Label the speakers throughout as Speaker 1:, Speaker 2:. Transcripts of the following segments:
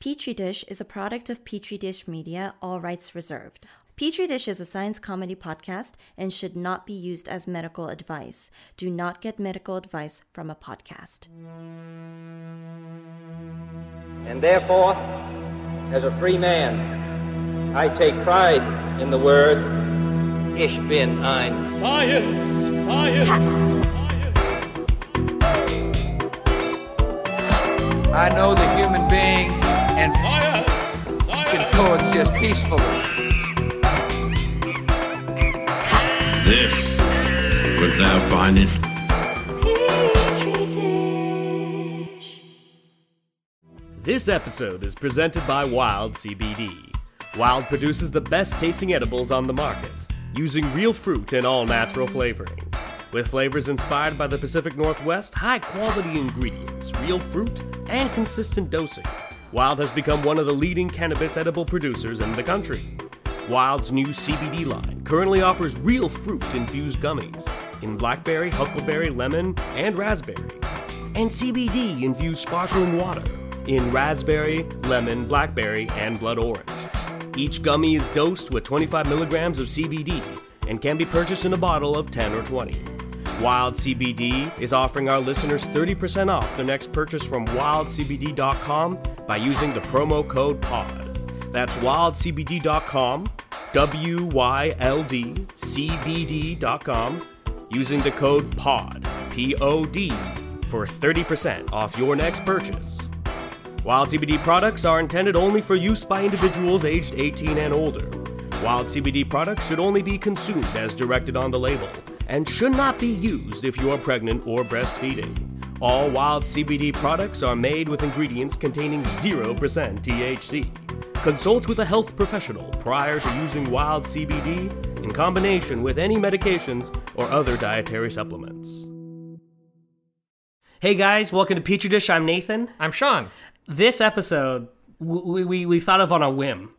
Speaker 1: Petri Dish is a product of Petri Dish Media, all rights reserved. Petri Dish is a science comedy podcast and should not be used as medical advice. Do not get medical advice from a podcast.
Speaker 2: And therefore, as a free man, I take pride in the words, Ich bin ein
Speaker 3: Science! Science!
Speaker 4: I know the human being and
Speaker 3: Science!
Speaker 4: can
Speaker 3: Science!
Speaker 4: coexist peacefully.
Speaker 5: This was thou findest.
Speaker 6: This episode is presented by Wild CBD. Wild produces the best tasting edibles on the market, using real fruit and all natural flavoring. With flavors inspired by the Pacific Northwest, high quality ingredients, real fruit, and consistent dosing, Wild has become one of the leading cannabis edible producers in the country. Wild's new CBD line currently offers real fruit infused gummies in blackberry, huckleberry, lemon, and raspberry and CBD infused sparkling water in raspberry, lemon, blackberry, and blood orange. Each gummy is dosed with 25 milligrams of CBD and can be purchased in a bottle of 10 or 20. Wild CBD is offering our listeners 30% off their next purchase from wildcbd.com by using the promo code POD. That's wildcbd.com, W Y L D C B D.com, using the code POD, P O D, for 30% off your next purchase. Wild CBD products are intended only for use by individuals aged 18 and older. Wild CBD products should only be consumed as directed on the label and should not be used if you are pregnant or breastfeeding. All Wild CBD products are made with ingredients containing 0% THC. Consult with a health professional prior to using Wild CBD in combination with any medications or other dietary supplements. Hey guys, welcome to Petri Dish. I'm Nathan
Speaker 7: I'm Sean.
Speaker 6: this episode w- we, we, we thought of on a whim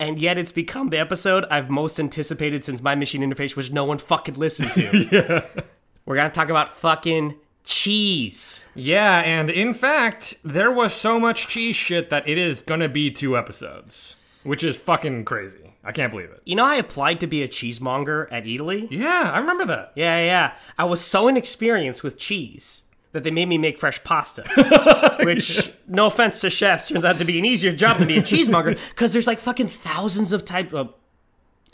Speaker 6: and yet it's become the episode i've most anticipated since my machine interface which no one fucking listened to we're gonna talk about fucking cheese
Speaker 7: Yeah, and in fact, there was so much cheese shit that it is gonna be two episodes, which is fucking crazy. I can't believe it.
Speaker 6: you know i applied to be a cheesemonger at italy
Speaker 7: Yeah, I remember that.
Speaker 6: yeah yeah i was so inexperienced with cheese that they made me make fresh pasta which no offense to chefs turns out to be an easier job than be a cheesemonger because there's like fucking thousands of type of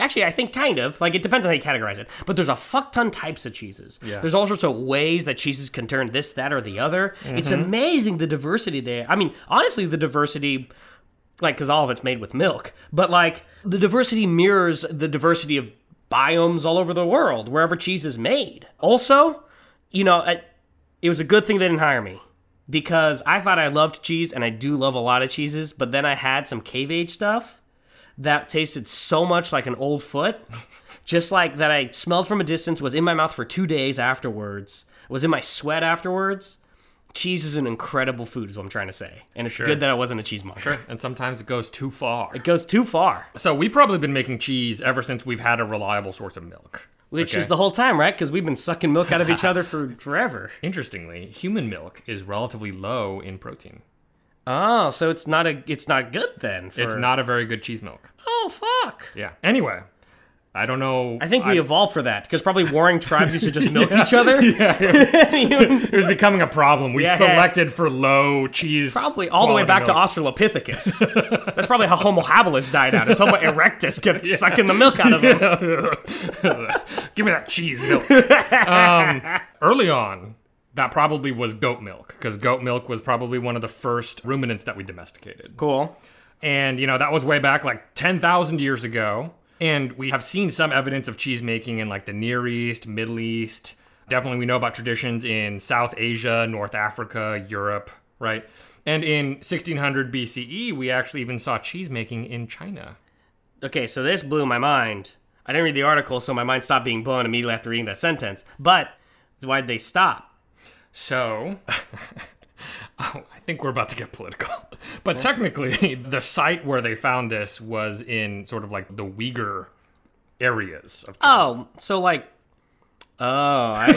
Speaker 6: Actually, I think kind of. Like, it depends on how you categorize it. But there's a fuck ton types of cheeses.
Speaker 7: Yeah.
Speaker 6: There's all sorts of ways that cheeses can turn this, that, or the other. It's amazing the diversity there. I mean, honestly, the diversity, like, because all of it's made with milk. But, like, the diversity mirrors the diversity of biomes all over the world, wherever cheese is made. Also, you know, I- it was a good thing they didn't hire me because I thought I loved cheese and I do love a lot of cheeses, but then I had some cave age stuff that tasted so much like an old foot, just like that I smelled from a distance, was in my mouth for two days afterwards, was in my sweat afterwards. Cheese is an incredible food, is what I'm trying to say. And it's good that I wasn't a cheesemonger. Sure.
Speaker 7: And sometimes it goes too far.
Speaker 6: It goes too far,
Speaker 7: So we've probably been making cheese ever since we've had a reliable source of milk.
Speaker 6: which
Speaker 7: Okay.
Speaker 6: is the whole time, right? Because we've been sucking milk out of each other for forever.
Speaker 7: Interestingly, human milk is relatively low in protein.
Speaker 6: Oh, so it's not a it's not good then. For,
Speaker 7: It's not a very good cheese milk.
Speaker 6: Oh fuck.
Speaker 7: Yeah. Anyway, I don't know.
Speaker 6: I think we evolved for that because probably warring tribes used to just milk each other. You-
Speaker 7: it was becoming a problem. We
Speaker 6: Yeah.
Speaker 7: selected for low cheese.
Speaker 6: probably all the way
Speaker 7: quality
Speaker 6: back to
Speaker 7: milk.
Speaker 6: Australopithecus. That's probably how Homo habilis died out. Is Homo erectus kept sucking the milk out of him?
Speaker 7: Give me that cheese milk. um, early on, that probably was goat milk because goat milk was probably one of the first ruminants that we domesticated.
Speaker 6: Cool.
Speaker 7: And, you know, that was way back like 10,000 years ago. And we have seen some evidence of cheese making in like the Near East, Middle East. Definitely, we know about traditions in South Asia, North Africa, Europe, right? And in 1600 BCE, E, we actually even saw cheese making in China.
Speaker 6: Okay, so this blew my mind. I didn't read the article, so my mind stopped being blown immediately after reading that sentence. But why'd they stop?
Speaker 7: So, oh, I think we're about to get political. But technically, the site where they found this was
Speaker 8: Uh,
Speaker 7: in sort of like the Uyghur areas of China.
Speaker 6: Oh, so like
Speaker 8: Oh, I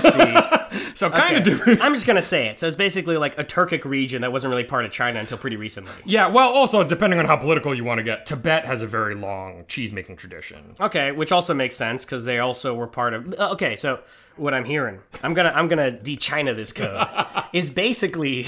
Speaker 8: see.
Speaker 7: So kind of different.
Speaker 8: I'm just gonna say it. So it's basically like a Turkic region that wasn't really part of China until pretty recently.
Speaker 7: Yeah, well, also depending on how political you want to get, Tibet has a very long cheese making tradition.
Speaker 8: Okay, which also makes sense because they also were part of. uh, Okay, so what I'm hearing, I'm gonna I'm gonna de-China this code is basically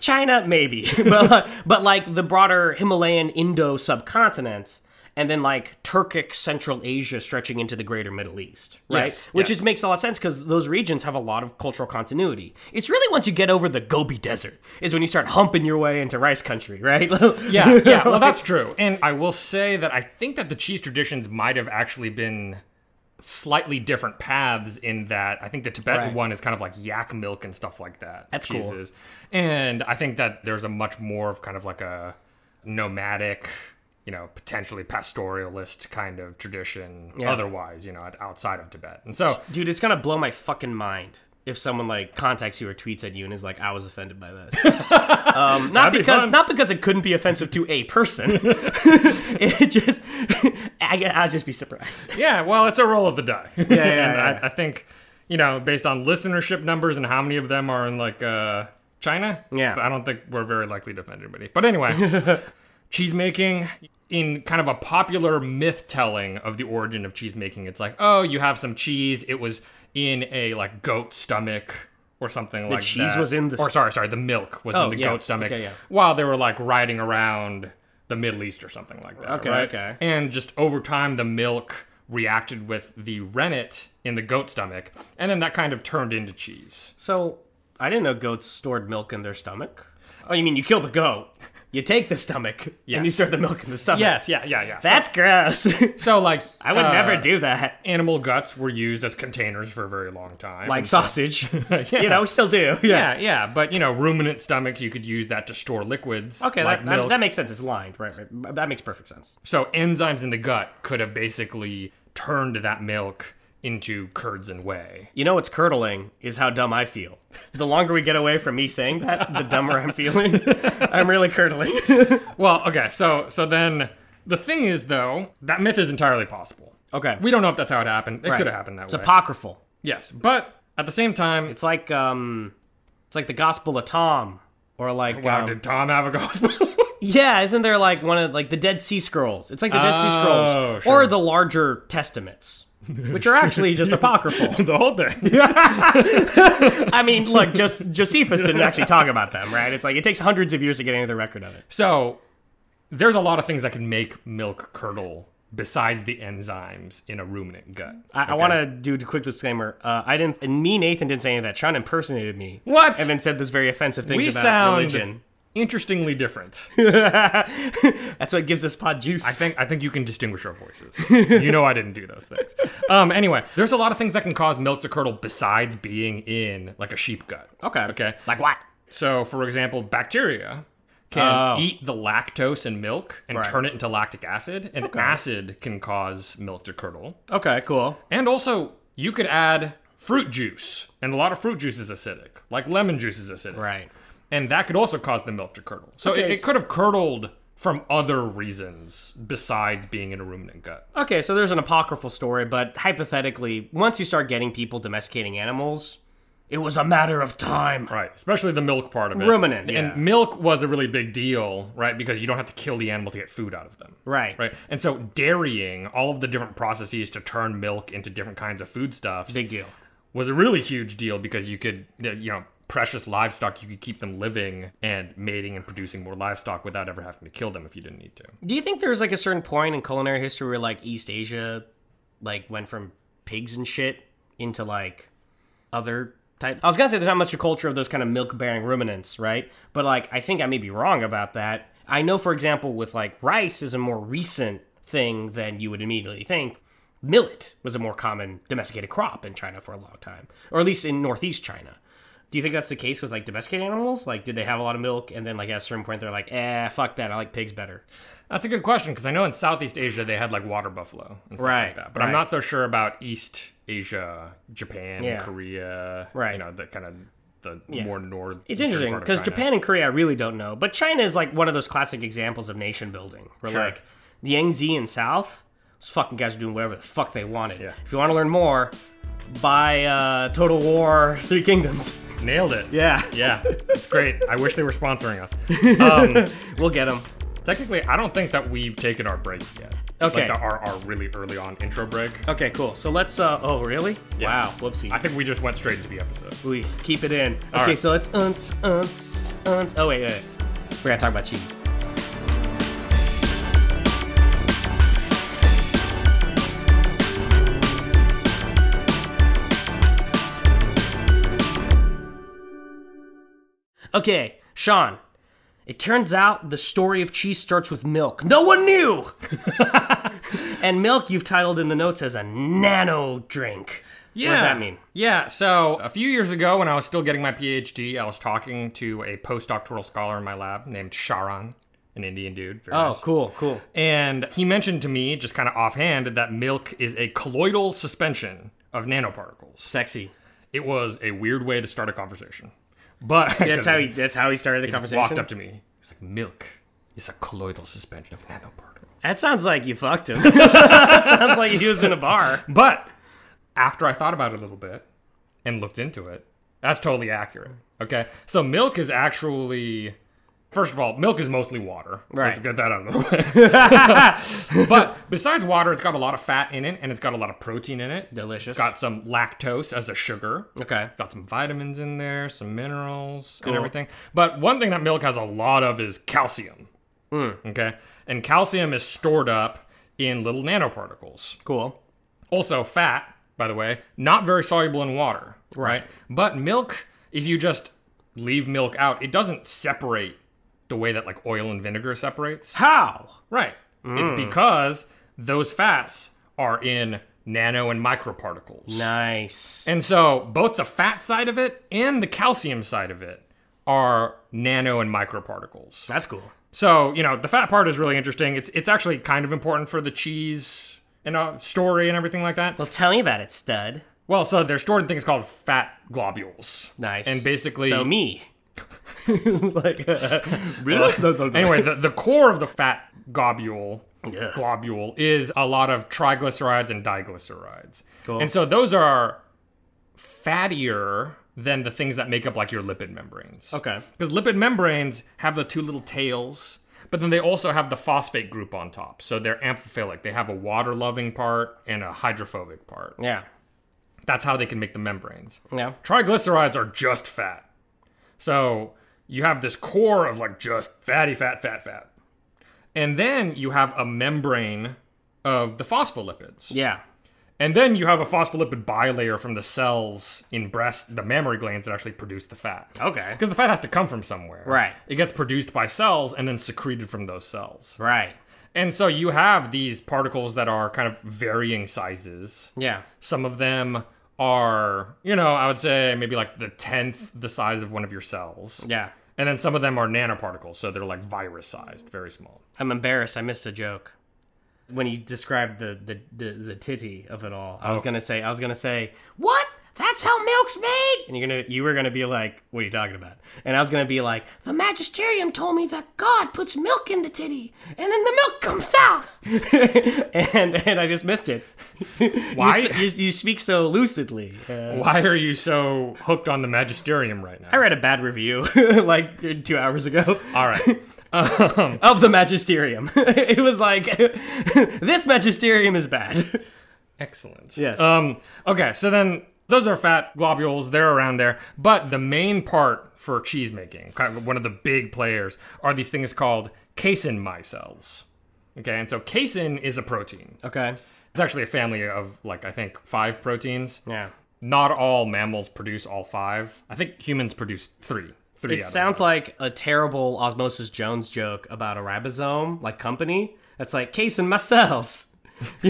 Speaker 8: China maybe, but but like the broader Himalayan Indo subcontinent. And then like Turkic Central Asia stretching into the greater Middle East, right?
Speaker 7: Yes,
Speaker 8: Which
Speaker 7: yes.
Speaker 8: is makes a lot of sense because those regions have a lot of cultural continuity. It's really once you get over the Gobi Desert is when you start humping your way into rice country, right?
Speaker 7: Yeah, yeah, well, that's true. And I will say that I think that the cheese traditions might have actually been slightly different paths in that I think the Tibetan
Speaker 8: Right.
Speaker 7: one is kind of like yak milk and stuff like that.
Speaker 8: That's cool.
Speaker 7: cheeses. And I think that there's a much more of kind of like a nomadic, you know, potentially pastoralist kind of tradition
Speaker 8: Yeah.
Speaker 7: otherwise, you know, outside of Tibet. And so
Speaker 8: Dude, it's gonna blow my fucking mind if someone like contacts you or tweets at you and is like, "I was offended by this." um, not
Speaker 7: That'd be
Speaker 8: because
Speaker 7: fun.
Speaker 8: not because it couldn't be offensive to a person. it just, I, I'd just be surprised.
Speaker 7: Yeah, well, it's a roll of the die. Yeah,
Speaker 8: yeah,
Speaker 7: and
Speaker 8: yeah.
Speaker 7: I, I think, you know, based on listenership numbers and how many of them are in like uh, China.
Speaker 8: Yeah.
Speaker 7: I don't think we're very likely to offend anybody. But anyway, cheese making in kind of a popular myth telling of the origin of cheese making. It's like, oh, you have some cheese. It was in a like goat stomach. Or something like
Speaker 8: cheese
Speaker 7: that.
Speaker 8: was in the
Speaker 7: Or
Speaker 8: s-
Speaker 7: sorry, sorry, the milk was
Speaker 8: Oh,
Speaker 7: in the
Speaker 8: yeah.
Speaker 7: goat stomach
Speaker 8: Okay, yeah.
Speaker 7: while they were like riding around the Middle East or something like that.
Speaker 8: Okay,
Speaker 7: right?
Speaker 8: okay.
Speaker 7: And just over time, the milk reacted with the rennet in the goat stomach, and then that kind of turned into cheese.
Speaker 8: So I didn't know goats stored milk in their stomach. Oh, you mean you kill the goat, you take the stomach, and you
Speaker 7: Yes.
Speaker 8: store the milk in the stomach?
Speaker 7: Yes, yeah, yeah, yeah. So-
Speaker 8: that's gross.
Speaker 7: so, like
Speaker 8: I would
Speaker 7: uh,
Speaker 8: never do that.
Speaker 7: Animal guts were used as containers for a very long time.
Speaker 8: Like
Speaker 7: and so-
Speaker 8: sausage,
Speaker 7: Yeah.
Speaker 8: you know, we still do.
Speaker 7: Yeah, yeah, but you know, ruminant stomachs you could use that to store liquids.
Speaker 8: Okay,
Speaker 7: like
Speaker 8: that,
Speaker 7: milk.
Speaker 8: that, that makes sense. It's lined, right, right? That makes perfect sense.
Speaker 7: So enzymes in the gut could have basically turned that milk into curds and whey.
Speaker 8: You know what's curdling is how dumb I feel. The longer we get away from me saying that, the dumber I'm feeling. I'm really curdling.
Speaker 7: Well, okay, so so then the thing is though, that myth is entirely possible.
Speaker 8: Okay.
Speaker 7: We don't know if that's how it happened. It could have happened that
Speaker 8: it's
Speaker 7: way.
Speaker 8: apocryphal.
Speaker 7: yes, but at the same time,
Speaker 8: It's like um it's like the gospel of Tom or like
Speaker 7: wow,
Speaker 8: um,
Speaker 7: did Tom have a gospel?
Speaker 8: Yeah, isn't there like one of like the Dead Sea Scrolls? It's like the Dead Sea Scrolls
Speaker 7: Oh, sure.
Speaker 8: or the larger testaments, which are actually just apocryphal.
Speaker 7: the whole thing.
Speaker 8: I mean, look, just Josephus didn't actually talk about them, right? It's like it takes hundreds of years to get any of the record of it.
Speaker 7: So there's a lot of things that can make milk curdle besides the enzymes in a ruminant gut.
Speaker 8: I, I want to do a quick disclaimer. Uh, I didn't, and me, Nathan didn't say any of that. Sean impersonated me.
Speaker 7: What?
Speaker 8: And then said this very offensive things
Speaker 7: we
Speaker 8: about
Speaker 7: sound
Speaker 8: religion.
Speaker 7: interestingly different.
Speaker 8: That's what gives this pod juice.
Speaker 7: I think I think you can distinguish our voices. you know I didn't do those things. Um, anyway, there's a lot of things that can cause milk to curdle besides being in like a sheep gut.
Speaker 8: Okay.
Speaker 7: Okay.
Speaker 8: Like what?
Speaker 7: So, for example, bacteria can
Speaker 8: Oh.
Speaker 7: eat the lactose in milk and
Speaker 8: Right.
Speaker 7: turn it into lactic acid, and acid can cause milk to curdle.
Speaker 8: Okay, cool.
Speaker 7: And also, you could add fruit juice, and a lot of fruit juice is acidic, like lemon juice is acidic
Speaker 8: Right.
Speaker 7: and that could also cause the milk to curdle. So it,
Speaker 8: Okay.
Speaker 7: it could have curdled from other reasons besides being in a ruminant gut.
Speaker 8: Okay, so there's an apocryphal story, but hypothetically, once you start getting people domesticating animals, it was a matter of time.
Speaker 7: Right, especially the milk part of it.
Speaker 8: Ruminant,
Speaker 7: and
Speaker 8: yeah.
Speaker 7: milk was a really big deal, right? Because you don't have to kill the animal to get food out of them.
Speaker 8: Right.
Speaker 7: Right. And so dairying, all of the different processes to turn milk into different kinds of foodstuffs,
Speaker 8: Big deal.
Speaker 7: was a really huge deal because you could, you know, precious livestock, you could keep them living and mating and producing more livestock without ever having to kill them if you didn't need to.
Speaker 8: Do you think there's like a certain point in culinary history where like East Asia like went from pigs and shit into like other type? I was gonna say there's not much a culture of those kind of milk bearing ruminants, right? But like I think I may be wrong about that. I know for example with like rice is a more recent thing than you would immediately think. Millet was a more common domesticated crop in China for a long time, or at least in northeast China. Do you think that's the case with like domesticated animals? Like, did they have a lot of milk, and then like at a certain point they're like, eh, fuck that, I like pigs better.
Speaker 7: That's a good question because I know in Southeast Asia they had like water buffalo and stuff
Speaker 8: Right,
Speaker 7: like that, but
Speaker 8: right.
Speaker 7: I'm not so sure about East Asia, Japan,
Speaker 8: Yeah.
Speaker 7: Korea,
Speaker 8: Right.
Speaker 7: You know, the kind of the more north.
Speaker 8: It's
Speaker 7: eastern
Speaker 8: interesting
Speaker 7: part of
Speaker 8: because
Speaker 7: China.
Speaker 8: Japan and Korea, I really don't know, but China is like one of those classic examples of nation building. Where
Speaker 7: Sure.
Speaker 8: like the Yangtze and South, those fucking guys are doing whatever the fuck they wanted.
Speaker 7: Yeah.
Speaker 8: If you want to learn more, by uh, Total War Three Kingdoms.
Speaker 7: Nailed it.
Speaker 8: Yeah.
Speaker 7: Yeah. It's great. I wish they were sponsoring us. Um,
Speaker 8: We'll get them.
Speaker 7: Technically, I don't think that we've taken our break yet. Like
Speaker 8: Okay.
Speaker 7: the, our, our really early on intro break.
Speaker 8: Okay, cool. So let's. uh Oh, really?
Speaker 7: Yeah.
Speaker 8: Wow. Whoopsie.
Speaker 7: I think we just went straight into the episode.
Speaker 8: we keep it in.
Speaker 7: All
Speaker 8: okay,
Speaker 7: right.
Speaker 8: so let's. Unts, unts, unts. Oh wait, wait, wait. We're gonna talk about cheese. Okay, Sean. It turns out the story of cheese starts with milk. No one knew! and milk you've titled in the notes as a nano drink. What does that mean?
Speaker 7: Yeah. So a few years ago, when I was still getting my PhD, I was talking to a postdoctoral scholar in my lab named Sharon, an Indian dude. Very
Speaker 8: Oh,
Speaker 7: nice.
Speaker 8: cool, cool.
Speaker 7: And he mentioned to me, just kind of offhand, that milk is a colloidal suspension of nanoparticles.
Speaker 8: Sexy.
Speaker 7: It was a weird way to start a conversation, but
Speaker 8: That's how he. That's how he started the
Speaker 7: he just
Speaker 8: conversation.
Speaker 7: walked up to me. He was like, "Milk is a colloidal suspension of nanoparticles."
Speaker 8: That sounds like you fucked him. that sounds like he was in a bar.
Speaker 7: But after I thought about it a little bit and looked into it, that's totally accurate. Okay. So milk is actually, first of all, milk is mostly water. Let's
Speaker 8: Right.
Speaker 7: get that out of the way. but besides water, it's got a lot of fat in it and it's got a lot of protein in it.
Speaker 8: Delicious.
Speaker 7: It's got some lactose as a sugar.
Speaker 8: Okay.
Speaker 7: Got some vitamins in there, some minerals, and everything. But one thing that milk has a lot of is calcium.
Speaker 8: Hmm.
Speaker 7: Okay. And calcium is stored up in little nanoparticles.
Speaker 8: Cool.
Speaker 7: Also, fat, by the way, not very soluble in water, right? But milk, if you just leave milk out, it doesn't separate the way that like oil and vinegar separates.
Speaker 8: How?
Speaker 7: Right. It's because those fats are in nano and microparticles.
Speaker 8: Nice.
Speaker 7: And so, both the fat side of it and the calcium side of it are nano and microparticles.
Speaker 8: That's cool.
Speaker 7: So you know the fat part is really interesting. It's it's actually kind of important for the cheese and uh, story and everything like that.
Speaker 8: Well, tell me about it, stud.
Speaker 7: Well, so they're stored in things called fat globules.
Speaker 8: Nice.
Speaker 7: And basically,
Speaker 8: So me. like, uh,
Speaker 7: anyway, the, the core of the fat globule globule is a lot of triglycerides and diglycerides.
Speaker 8: Cool.
Speaker 7: And so those are fattier than the things that make up like your lipid membranes.
Speaker 8: Okay.
Speaker 7: Because lipid membranes have the two little tails, but then they also have the phosphate group on top. So they're amphiphilic. They have a water loving part and a hydrophobic part.
Speaker 8: yeah.
Speaker 7: That's how they can make the membranes.
Speaker 8: Yeah.
Speaker 7: Triglycerides are just fat. So you have this core of like just fatty, fat, fat, fat. And then you have a membrane of the phospholipids.
Speaker 8: Yeah.
Speaker 7: And then you have a phospholipid bilayer from the cells in breast, the mammary glands that actually produce the fat.
Speaker 8: Okay.
Speaker 7: Because the fat has to come from somewhere.
Speaker 8: Right.
Speaker 7: It gets produced by cells and then secreted from those cells.
Speaker 8: Right.
Speaker 7: And so you have these particles that are kind of varying sizes.
Speaker 8: Yeah.
Speaker 7: Some of them are, you know, I would say maybe like the tenth the size of one of your cells.
Speaker 8: Yeah.
Speaker 7: And then some of them are nanoparticles, so they're like virus sized, very small.
Speaker 8: I'm embarrassed. I missed a joke. When you described the the the, the titty of it all, I was gonna say I was gonna say what? That's how milk's made. And you're gonna you were gonna be like, what are you talking about? And I was gonna be like, the magisterium told me that God puts milk in the titty, and then the milk comes out. and and I just missed it.
Speaker 7: Why-
Speaker 8: You, s- you, you speak so lucidly. Uh,
Speaker 7: Why are you so hooked on the magisterium right now?
Speaker 8: I read a bad review like two hours ago.
Speaker 7: All right.
Speaker 8: of the magisterium. it was like this magisterium is bad.
Speaker 7: Excellent.
Speaker 8: Yes.
Speaker 7: Um, okay, so then those are fat globules. They're around there. But the main part for cheese making, kind of one of the big players, are these things called casein micelles. Okay, and so casein is a protein.
Speaker 8: Okay.
Speaker 7: It's actually a family of, like, I think five proteins.
Speaker 8: Yeah.
Speaker 7: Not all mammals produce all five. I think humans produce three. Three
Speaker 8: It sounds like a terrible Osmosis Jones joke about a ribosome, like company. That's like case and cells.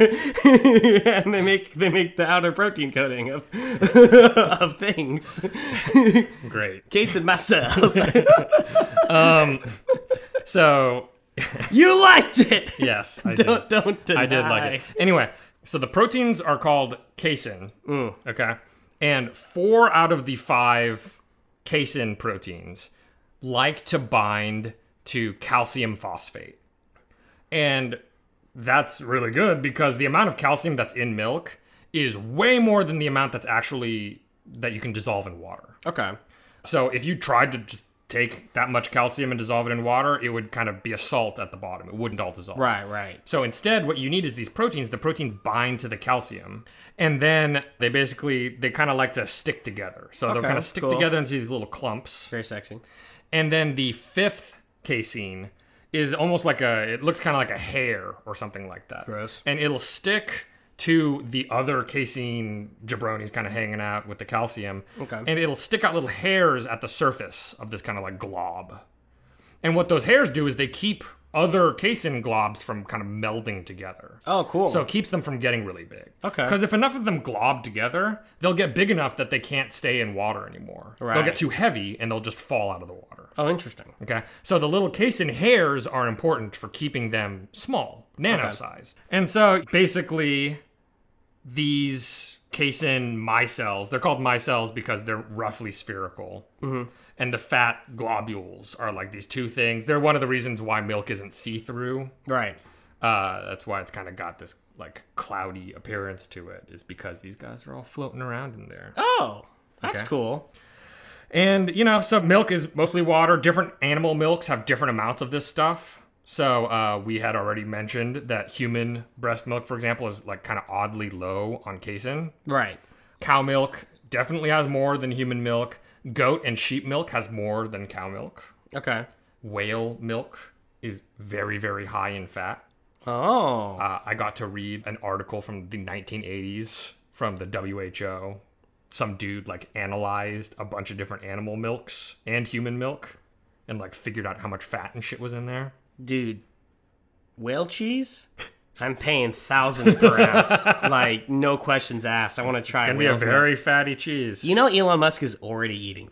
Speaker 8: and they make they make the outer protein coating of of things.
Speaker 7: like great.
Speaker 8: Case and cells.
Speaker 7: So
Speaker 8: you liked it.
Speaker 7: yes, I did.
Speaker 8: Don't don't deny.
Speaker 7: I did like it. Anyway, so the proteins are called casein. Okay. And four out of the five casein proteins like to bind to calcium phosphate. And that's really good because the amount of calcium that's in milk is way more than the amount that's actually that you can dissolve in water.
Speaker 8: Okay.
Speaker 7: So if you tried to just take that much calcium and dissolve it in water, it would kind of be a salt at the bottom. It wouldn't all dissolve.
Speaker 8: Right, right.
Speaker 7: So instead, what you need is these proteins. The proteins bind to the calcium, and then they basically they kind of like to stick together. So they'll
Speaker 8: Okay,
Speaker 7: kind of stick
Speaker 8: cool.
Speaker 7: together into these little clumps.
Speaker 8: Very sexy.
Speaker 7: And then the fifth casein is almost like a, it looks kind of like a hair or something like that.
Speaker 8: Gross.
Speaker 7: And it'll stick to the other casein jabronis kind of hanging out with the calcium.
Speaker 8: Okay.
Speaker 7: And it'll stick out little hairs at the surface of this kind of like glob. And what those hairs do is they keep other casein globs from kind of melding together.
Speaker 8: Oh, cool.
Speaker 7: So it keeps them from getting really big.
Speaker 8: Okay.
Speaker 7: Because if enough of them glob together, they'll get big enough that they can't stay in water anymore. They'll
Speaker 8: Right.
Speaker 7: get too heavy and they'll just fall out of the water.
Speaker 8: oh, interesting.
Speaker 7: Okay. So the little casein hairs are important for keeping them small, nano sized. And so basically, these casein micelles, they're called micelles because they're roughly spherical. Mm-hmm. And the fat globules are like these two things. They're one of the reasons why milk isn't see through.
Speaker 8: Right.
Speaker 7: Uh, that's why it's kind of got this like cloudy appearance to it, is because these guys are all floating around in there.
Speaker 8: Oh, that's
Speaker 7: Okay.
Speaker 8: cool.
Speaker 7: And, you know, so milk is mostly water. Different animal milks have different amounts of this stuff. So uh, we had already mentioned that human breast milk, for example, is like kind of oddly low on casein.
Speaker 8: Right.
Speaker 7: Cow milk definitely has more than human milk. Goat and sheep milk has more than cow milk.
Speaker 8: Okay.
Speaker 7: Whale milk is very, very high in fat.
Speaker 8: Oh.
Speaker 7: Uh, I got to read an article from the 1980s from the WHO. Some dude like analyzed a bunch of different animal milks and human milk and like figured out how much fat and shit was in there.
Speaker 8: dude, whale cheese? I'm paying thousands per ounce. like, no questions asked. I want to try
Speaker 7: Gonna be a
Speaker 8: whale's milk.
Speaker 7: very fatty cheese.
Speaker 8: You know, Elon Musk is already eating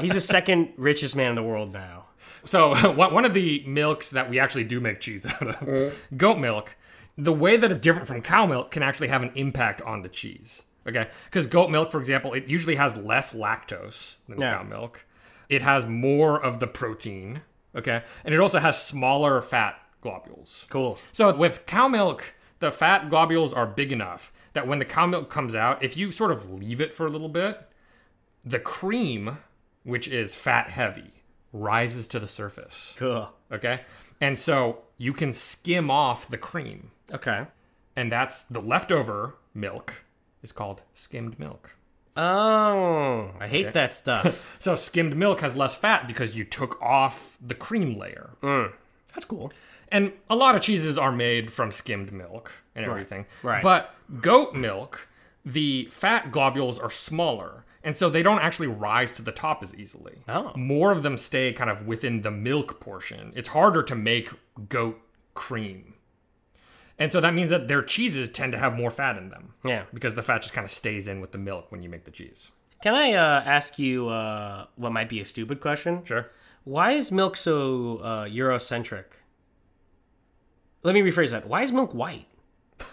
Speaker 8: He's the second richest man in the world now.
Speaker 7: So one one of the milks that we actually do make cheese out of, goat milk, the way that it's different from cow milk can actually have an impact on the cheese. Okay, because goat milk, for example, it usually has less lactose than
Speaker 8: Yeah.
Speaker 7: cow milk. It has more of the protein. Okay, and it also has smaller fat globules.
Speaker 8: Cool.
Speaker 7: So with cow milk, the fat globules are big enough that when the cow milk comes out, if you sort of leave it for a little bit, the cream, which is fat heavy, rises to the surface.
Speaker 8: Cool.
Speaker 7: Okay? And so you can skim off the cream.
Speaker 8: Okay.
Speaker 7: And that's the leftover milk is called skimmed milk.
Speaker 8: Oh, I hate that stuff.
Speaker 7: So skimmed milk has less fat because you took off the cream layer.
Speaker 8: Mm. That's cool.
Speaker 7: And a lot of cheeses are made from skimmed milk and everything.
Speaker 8: right.
Speaker 7: But goat milk, the fat globules are smaller. And so they don't actually rise to the top as easily.
Speaker 8: Oh.
Speaker 7: More of them stay kind of within the milk portion. It's harder to make goat cream. And so that means that their cheeses tend to have more fat in them.
Speaker 8: Yeah.
Speaker 7: Because the fat just kind of stays in with the milk when you make the cheese.
Speaker 8: Can I uh, ask you uh, what might be a stupid question?
Speaker 7: Sure.
Speaker 8: Why is milk so uh, Eurocentric? Let me rephrase that. Why is milk white?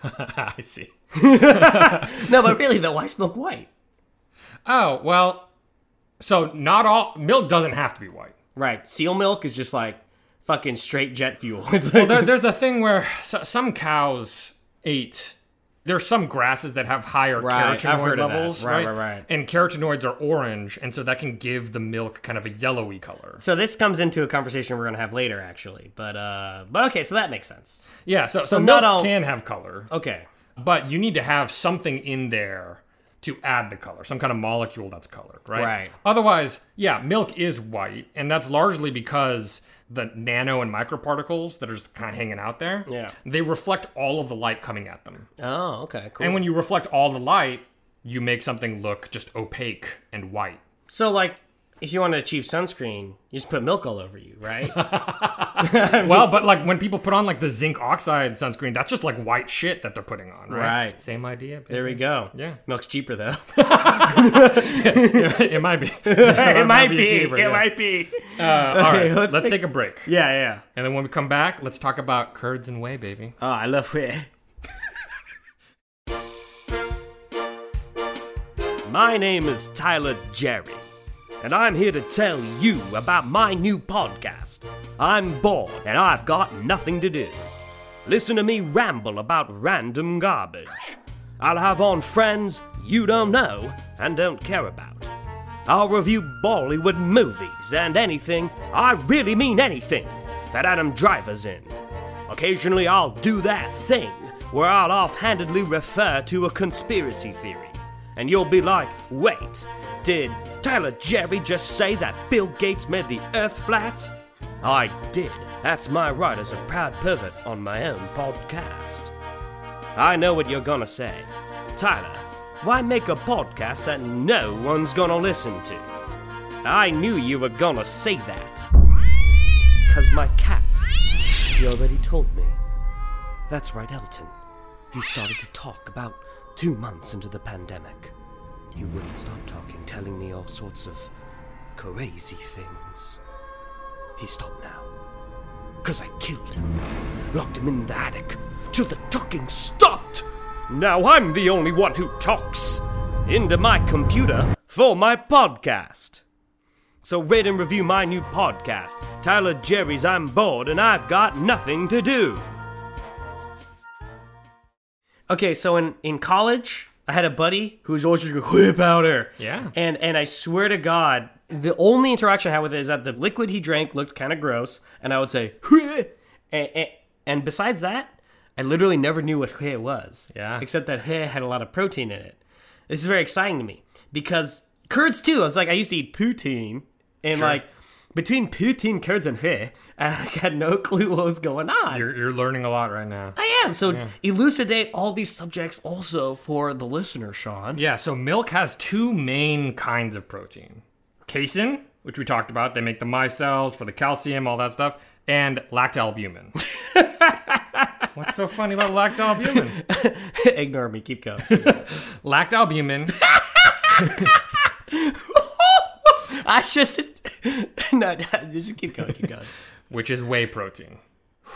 Speaker 7: I see.
Speaker 8: No, but really, though, why is milk white?
Speaker 7: Oh, well, so not all milk doesn't have to be white.
Speaker 8: Right. Seal milk is just like fucking straight jet fuel. It's
Speaker 7: well,
Speaker 8: like,
Speaker 7: there, there's the thing where so, some cows eat. There's some grasses that have higher
Speaker 8: Right, I've
Speaker 7: carotenoid
Speaker 8: heard of that.
Speaker 7: levels,
Speaker 8: Right,
Speaker 7: right?
Speaker 8: right, right.
Speaker 7: And carotenoids are orange, and so that can give the milk kind of a yellowy color.
Speaker 8: so this comes into a conversation we're gonna have later, actually. But uh, but okay, so that makes sense.
Speaker 7: Yeah, so so,
Speaker 8: not
Speaker 7: milks
Speaker 8: all-
Speaker 7: can have color,
Speaker 8: Okay.
Speaker 7: but you need to have something in there to add the color, some kind of molecule that's colored, right?
Speaker 8: Right.
Speaker 7: Otherwise, yeah, milk is white, and that's largely because the nano and microparticles that are just kind of hanging out there,
Speaker 8: Yeah.
Speaker 7: they reflect all of the light coming at them.
Speaker 8: Oh, okay, cool.
Speaker 7: And when you reflect all the light, you make something look just opaque and white.
Speaker 8: so like, if you want to achieve sunscreen, you just put milk all over you, right?
Speaker 7: Well, but like when people put on like the zinc oxide sunscreen, that's just like white shit that they're putting on, right?
Speaker 8: Right.
Speaker 7: Same idea. baby.
Speaker 8: there we go.
Speaker 7: Yeah.
Speaker 8: Milk's cheaper though.
Speaker 7: it might be. it, cheaper, yeah.
Speaker 8: be.
Speaker 7: Uh, all right, let's,
Speaker 8: let's
Speaker 7: take, a break,
Speaker 8: Yeah, yeah.
Speaker 7: and then when we come back, let's talk about curds and whey, baby.
Speaker 8: Oh, I love it. My name is Tyler Jerry, and I'm here to tell you about my new podcast. I'm bored and I've got nothing to do. Listen to me ramble about random garbage.
Speaker 6: I'll have on friends you don't know and don't care about. I'll review Bollywood movies and anything, I really mean anything, that Adam Driver's in. Occasionally, I'll do that thing where I'll offhandedly refer to a conspiracy theory. And you'll be like, wait, did Tyler Jerry just say that Bill Gates made the earth flat? I did. That's my right as a proud pervert on my own podcast. I know what you're gonna say. Tyler, why make a podcast that no one's gonna listen to? I knew you were gonna say that. Cause my cat, he already told me. That's right, Elton. He started to talk about two months into the pandemic. He wouldn't stop talking, telling me all sorts of crazy things. He stopped now. Because I killed him. Locked him in the attic. Till the talking stopped! Now I'm the only one who talks! Into my computer for my podcast! So rate and review my new podcast, Tyler Jerry's I'm Bored and I've Got Nothing to Do.
Speaker 8: Okay, so in, in college, I had a buddy who was always drinking whip powder.
Speaker 7: Yeah.
Speaker 8: And and I swear to God, the only interaction I had with it is that the liquid he drank looked kind of gross, and I would say "Huh." and, and, and besides that, I literally never knew what "huh" was.
Speaker 7: Yeah.
Speaker 8: Except that "huh" had a lot of protein in it. This is very exciting to me because curds too. I was like, I used to eat poutine, and like between poutine, curds, and "huh," I had no clue what was going on.
Speaker 7: You're, you're learning a lot right now.
Speaker 8: I am. So elucidate all these subjects also for the listener, Sean.
Speaker 7: Yeah, so milk has two main kinds of protein casein, which we talked about, they make the micelles for the calcium, all that stuff, and lactalbumin. What's so funny about lactalbumin?
Speaker 8: Ignore me. Keep going.
Speaker 7: Lactalbumin
Speaker 8: I just no, no, just keep going. Keep going.
Speaker 7: which is whey protein.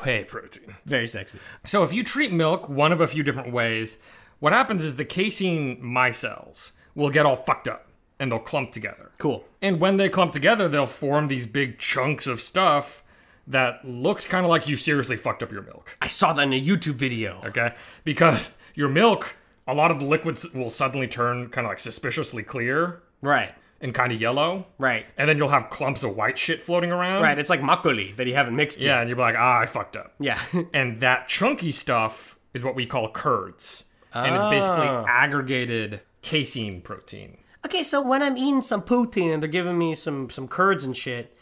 Speaker 7: Whey protein.
Speaker 8: Very sexy.
Speaker 7: So if you treat milk one of a few different ways, what happens is the casein micelles will get all fucked up and they'll clump together.
Speaker 8: Cool.
Speaker 7: And when they clump together, they'll form these big chunks of stuff that looks kind of like you seriously fucked up your milk.
Speaker 8: I saw that in a YouTube video.
Speaker 7: Okay? Because your milk, a lot of the liquids will suddenly turn kind of like suspiciously clear
Speaker 8: Right.
Speaker 7: and kind of yellow.
Speaker 8: Right.
Speaker 7: And then you'll have clumps of white shit floating around.
Speaker 8: Right. It's like makgeolli that you haven't mixed
Speaker 7: Yeah, and you'll be like, ah, I fucked up.
Speaker 8: yet. Yeah.
Speaker 7: and that chunky stuff is what we call curds and it's basically
Speaker 8: Ah.
Speaker 7: aggregated casein protein
Speaker 8: okay, so when I'm eating some poutine and they're giving me some some curds and shit,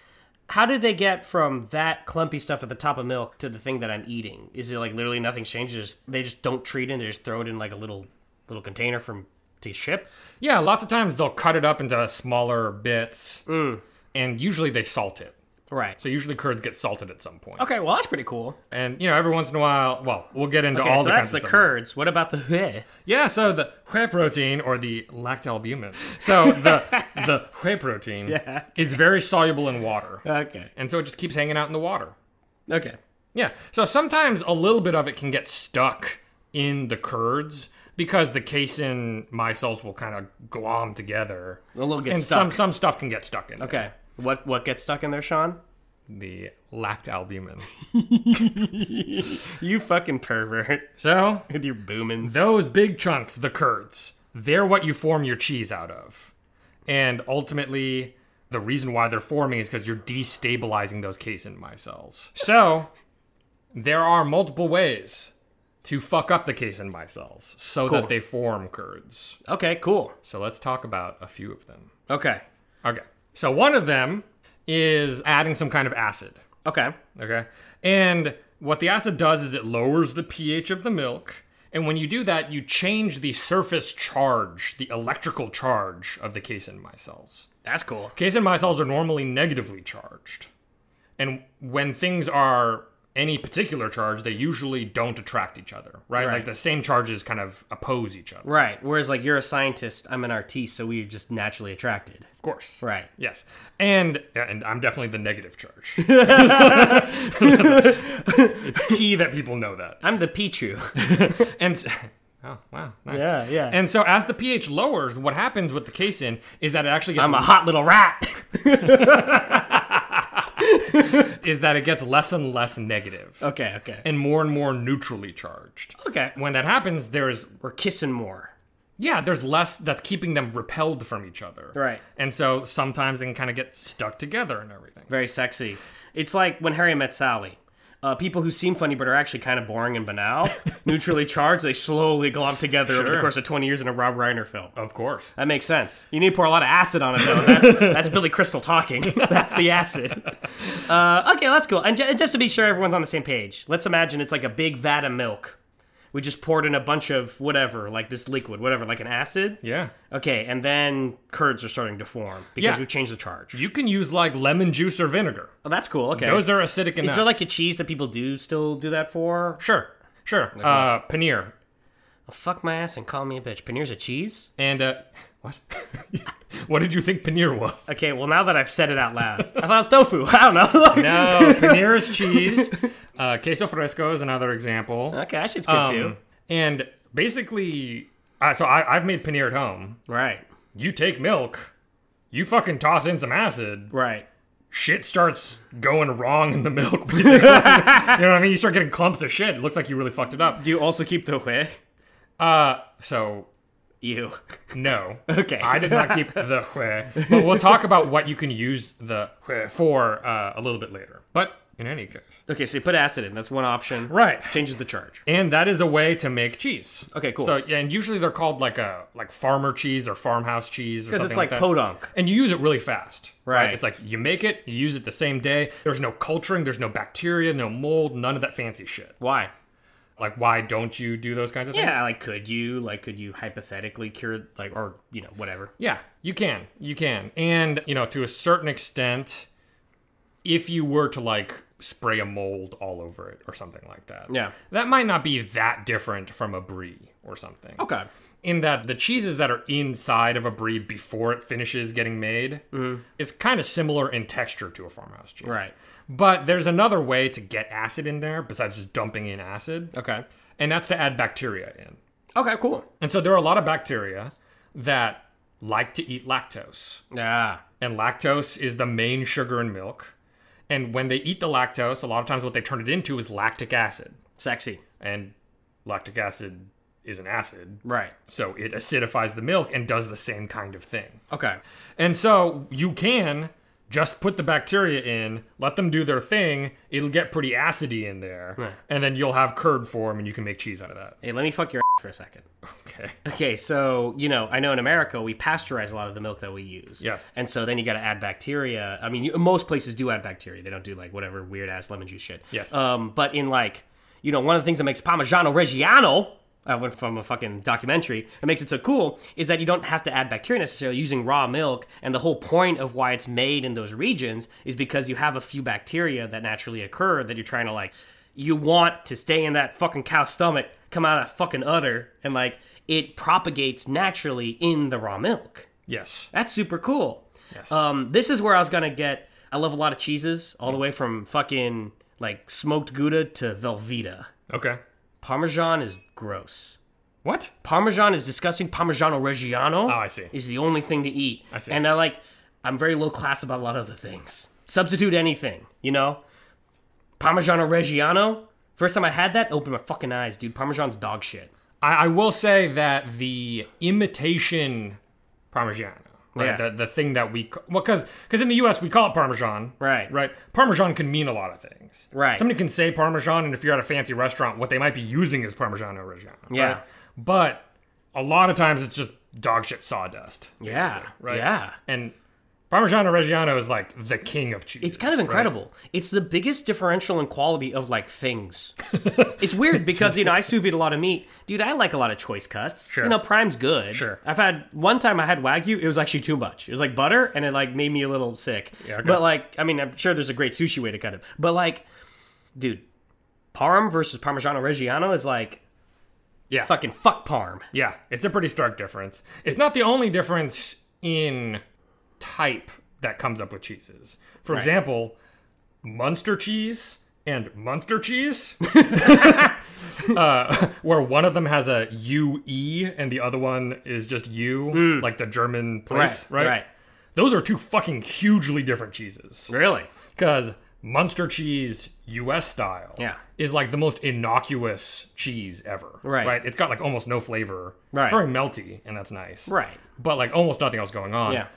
Speaker 8: how did they get from that clumpy stuff at the top of milk to the thing that I'm eating? Is it like literally nothing's changed? They just, they just don't treat it. and They just throw it in like a little little container from to ship.
Speaker 7: yeah lots of times they'll cut it up into smaller bits
Speaker 8: Mm.
Speaker 7: and usually they salt it
Speaker 8: Right.
Speaker 7: so usually curds get salted at some point
Speaker 8: okay, well that's pretty cool.
Speaker 7: and you know every once in a while well we'll get into
Speaker 8: Okay,
Speaker 7: all
Speaker 8: so
Speaker 7: the kinds
Speaker 8: that's the
Speaker 7: of stuff.
Speaker 8: curds. What about the heh?
Speaker 7: yeah so the whey protein or the lactalbumin so the the whey protein is very soluble in water
Speaker 8: Okay.
Speaker 7: and so it just keeps hanging out in the water
Speaker 8: Okay.
Speaker 7: Yeah. So sometimes a little bit of it can get stuck in the curds because the casein micelles will kind of glom together.
Speaker 8: A little get
Speaker 7: and
Speaker 8: stuck.
Speaker 7: some some stuff can get stuck in. there.
Speaker 8: Okay. What what gets stuck in there, Sean?
Speaker 7: The lactalbumin.
Speaker 8: You fucking pervert
Speaker 7: So
Speaker 8: with your boomins.
Speaker 7: those big chunks, the curds, they're what you form your cheese out of. And ultimately the reason why they're forming is because you're destabilizing those casein micelles. So there are multiple ways to fuck up the casein micelles so
Speaker 8: Cool.
Speaker 7: that they form curds.
Speaker 8: Okay, cool.
Speaker 7: So let's talk about a few of them.
Speaker 8: Okay.
Speaker 7: Okay. So one of them is adding some kind of acid.
Speaker 8: Okay.
Speaker 7: Okay. And what the acid does is it lowers the pH of the milk. And when you do that, you change the surface charge, the electrical charge of the casein micelles.
Speaker 8: That's cool.
Speaker 7: Casein micelles are normally negatively charged. And when things are any particular charge, they usually don't attract each other, right? Like
Speaker 8: Right.
Speaker 7: the same charges kind of oppose each other.
Speaker 8: Right. Whereas like you're a scientist, I'm an artiste, so we're just naturally attracted.
Speaker 7: Of course.
Speaker 8: Right.
Speaker 7: Yes, and and I'm definitely the negative charge. it's key that people know that.
Speaker 8: I'm the Pichu.
Speaker 7: And s- oh wow, nice.
Speaker 8: Yeah, yeah.
Speaker 7: And so as the pH lowers, what happens with the casein is that it actually gets
Speaker 8: I'm a hot little rat.
Speaker 7: is that it gets less and less negative
Speaker 8: Okay, okay.
Speaker 7: and more and more neutrally charged.
Speaker 8: okay.
Speaker 7: When that happens, there's
Speaker 8: We're kissing more.
Speaker 7: yeah, there's less that's keeping them repelled from each other.
Speaker 8: Right.
Speaker 7: And so sometimes they can kind of get stuck together and everything.
Speaker 8: Very sexy. It's like when Harry met Sally. Uh, people who seem funny but are actually kind of boring and banal, neutrally charged, they slowly glomp together over the
Speaker 7: Sure.
Speaker 8: course of 20 years in a Rob Reiner film.
Speaker 7: Of course.
Speaker 8: That makes sense. You need to pour a lot of acid on it, though. That's, that's Billy Crystal talking. That's the acid. Uh, okay, that's cool. And ju- just to be sure everyone's on the same page, let's imagine it's like a big vat of milk. We just poured in a bunch of whatever, like this liquid, whatever, like an acid.
Speaker 7: Yeah.
Speaker 8: Okay, and then curds are starting to form because
Speaker 7: Yeah.
Speaker 8: we've changed the charge.
Speaker 7: You can use like lemon juice or vinegar.
Speaker 8: Oh, that's cool. Okay.
Speaker 7: Those are acidic enough.
Speaker 8: Is there like a cheese that people do still do that for? Oh,
Speaker 7: sure, sure. Uh, paneer
Speaker 8: Fuck my ass and call me a bitch. Paneer's a cheese?
Speaker 7: and uh, what? what did you think paneer was?
Speaker 8: Okay, well, now that I've said it out loud, I thought it was tofu. I don't know.
Speaker 7: No, paneer is Oh, cheese. Uh, queso fresco is another example.
Speaker 8: Okay, that shit's good too.
Speaker 7: Um, and basically, uh, so I, I've made paneer at home.
Speaker 8: Right,
Speaker 7: You take milk, you fucking toss in some acid.
Speaker 8: right.
Speaker 7: Shit starts going wrong in the milk. Basically. you know what I mean? You start getting clumps of shit. It looks like you really fucked it up.
Speaker 8: Do you also keep the whey?
Speaker 7: Uh, so
Speaker 8: You.
Speaker 7: no.
Speaker 8: Okay.
Speaker 7: I did not keep the hue, but we'll talk about what you can use the hue for uh, a little bit later. But in any case,
Speaker 8: Okay, so you put acid in. That's one option.
Speaker 7: right.
Speaker 8: Changes the charge.
Speaker 7: And that is a way to make cheese.
Speaker 8: Okay, cool.
Speaker 7: So yeah, and usually they're called like a like farmer cheese or farmhouse cheese or
Speaker 8: Because
Speaker 7: something
Speaker 8: it's like
Speaker 7: that.
Speaker 8: podunk.
Speaker 7: and you use it really fast,
Speaker 8: Right.
Speaker 7: It's like you make it, you use it the same day. There's no culturing, there's no bacteria, no mold, none of that fancy shit.
Speaker 8: Why?
Speaker 7: Like, why don't you do those kinds of things?
Speaker 8: Yeah, like could you, like could you hypothetically cure, like, or, you know, whatever.
Speaker 7: Yeah, you can. You can. And, you know, to a certain extent, if you were to like spray a mold all over it or something like that.
Speaker 8: Yeah.
Speaker 7: That might not be that different from a brie or something.
Speaker 8: Okay.
Speaker 7: In that the cheeses that are inside of a brie before it finishes getting made is kind of similar in texture to a farmhouse cheese.
Speaker 8: Right.
Speaker 7: But there's another way to get acid in there besides just dumping in acid.
Speaker 8: Okay.
Speaker 7: And that's to add bacteria in.
Speaker 8: Okay, cool.
Speaker 7: And so there are a lot of bacteria that like to eat lactose.
Speaker 8: Yeah.
Speaker 7: And lactose is the main sugar in milk. And when they eat the lactose, a lot of times what they turn it into is lactic acid.
Speaker 8: Sexy.
Speaker 7: And lactic acid is an acid.
Speaker 8: Right.
Speaker 7: So it acidifies the milk and does the same kind of thing.
Speaker 8: Okay.
Speaker 7: And so you can just put the bacteria in, let them do their thing. It'll get pretty acidy in there. And then you'll have curd form and you can make cheese out of that.
Speaker 8: Hey, let me fuck your for a second.
Speaker 7: Okay.
Speaker 8: Okay, so you know, I know in America we pasteurize a lot of the milk that we use.
Speaker 7: Yes.
Speaker 8: and so then you got to add bacteria. I mean, you, most places do add bacteria. They don't do like whatever weird ass lemon juice shit.
Speaker 7: Yes.
Speaker 8: Um, but in like, you know, one of the things that makes Parmigiano Reggiano. I went from a fucking documentary. That makes it so cool is that you don't have to add bacteria necessarily using raw milk, and the whole point of why it's made in those regions is because you have a few bacteria that naturally occur that you're trying to like you want to stay in that fucking cow's stomach, come out of that fucking udder, and like it propagates naturally in the raw milk.
Speaker 7: Yes.
Speaker 8: That's super cool.
Speaker 7: Yes.
Speaker 8: Um, this is where I was gonna get. I love a lot of cheeses, all the way from fucking like smoked Gouda to Velveeta.
Speaker 7: okay.
Speaker 8: Parmesan is gross.
Speaker 7: What?
Speaker 8: Parmesan is disgusting. Parmigiano Reggiano. Oh,
Speaker 7: I see.
Speaker 8: Is the only thing to eat. I
Speaker 7: see.
Speaker 8: And I like. I'm very low class about a lot of the things. Substitute anything, you know. Parmigiano Reggiano. First time I had that, opened my fucking eyes, dude. Parmesan's dog shit.
Speaker 7: I, I will say that the imitation Parmigiano, right?
Speaker 8: Yeah.
Speaker 7: The, the thing that we ca- well, because because in the U.S. we call it Parmesan,
Speaker 8: Right.
Speaker 7: Right. Parmesan can mean a lot of things,
Speaker 8: Right.
Speaker 7: Somebody can say Parmesan, and if you're at a fancy restaurant, what they might be using is Parmigiano Reggiano,
Speaker 8: Yeah.
Speaker 7: right? But a lot of times it's just dog shit sawdust,
Speaker 8: Yeah.
Speaker 7: right?
Speaker 8: Yeah.
Speaker 7: and Parmigiano Reggiano is like the king of cheese.
Speaker 8: It's kind of incredible. It's the biggest differential in quality of like things. it's weird because you know I sous vide a lot of meat, dude. I like a lot of choice cuts.
Speaker 7: Sure.
Speaker 8: You know, prime's good.
Speaker 7: Sure.
Speaker 8: I've had one time I had wagyu. It was actually too much. It was like butter, and it like made me a little sick.
Speaker 7: Yeah, okay.
Speaker 8: But like, I mean, I'm sure there's a great sushi way to cut it. But like, dude, parm versus Parmigiano Reggiano is like,
Speaker 7: Yeah.
Speaker 8: fucking fuck parm.
Speaker 7: Yeah, it's a pretty stark difference. It's not the only difference in type that comes up with cheeses. For example, Munster cheese and Munster cheese, uh, where one of them has a UE and the other one is just U, like the German place, Hmm. right?
Speaker 8: Right.
Speaker 7: Those are two fucking hugely different cheeses.
Speaker 8: Really?
Speaker 7: Because Munster cheese, US style,
Speaker 8: Yeah.
Speaker 7: is like the most innocuous cheese ever.
Speaker 8: Right.
Speaker 7: Right. It's got like almost no flavor.
Speaker 8: Right.
Speaker 7: It's very melty, and that's nice.
Speaker 8: Right.
Speaker 7: But like almost nothing else going on.
Speaker 8: Yeah.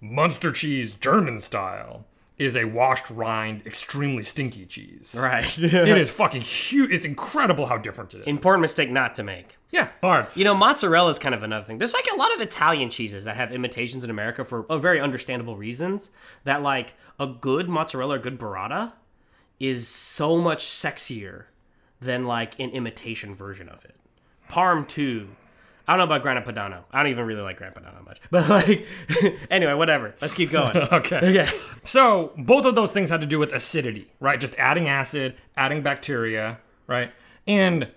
Speaker 7: Munster cheese, German style, is a washed rind, extremely stinky cheese.
Speaker 8: Right.
Speaker 7: it is fucking huge. It's incredible how different it is.
Speaker 8: Important mistake not to make.
Speaker 7: yeah. Hard.
Speaker 8: You know, mozzarella is kind of another thing. There's like a lot of Italian cheeses that have imitations in America for uh, very understandable reasons. That like a good mozzarella or good burrata is so much sexier than like an imitation version of it. Parm too. I don't know about Grana Padano. I don't even really like Grana Padano much. But like, anyway, whatever. Let's keep going.
Speaker 7: Okay. So both of those things had to do with acidity, right? Just adding acid, adding bacteria, right? And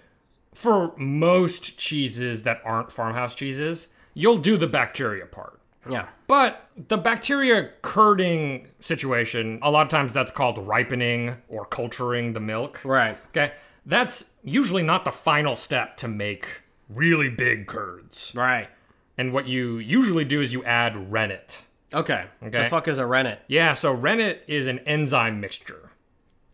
Speaker 7: for most cheeses that aren't farmhouse cheeses, you'll do the bacteria part.
Speaker 8: yeah.
Speaker 7: But the bacteria curding situation, a lot of times that's called ripening or culturing the milk.
Speaker 8: Right.
Speaker 7: Okay. That's usually not the final step to make really big curds.
Speaker 8: Right.
Speaker 7: And what you usually do is you add rennet.
Speaker 8: Okay.
Speaker 7: Okay.
Speaker 8: The fuck is a rennet?
Speaker 7: Yeah, so rennet is an enzyme mixture.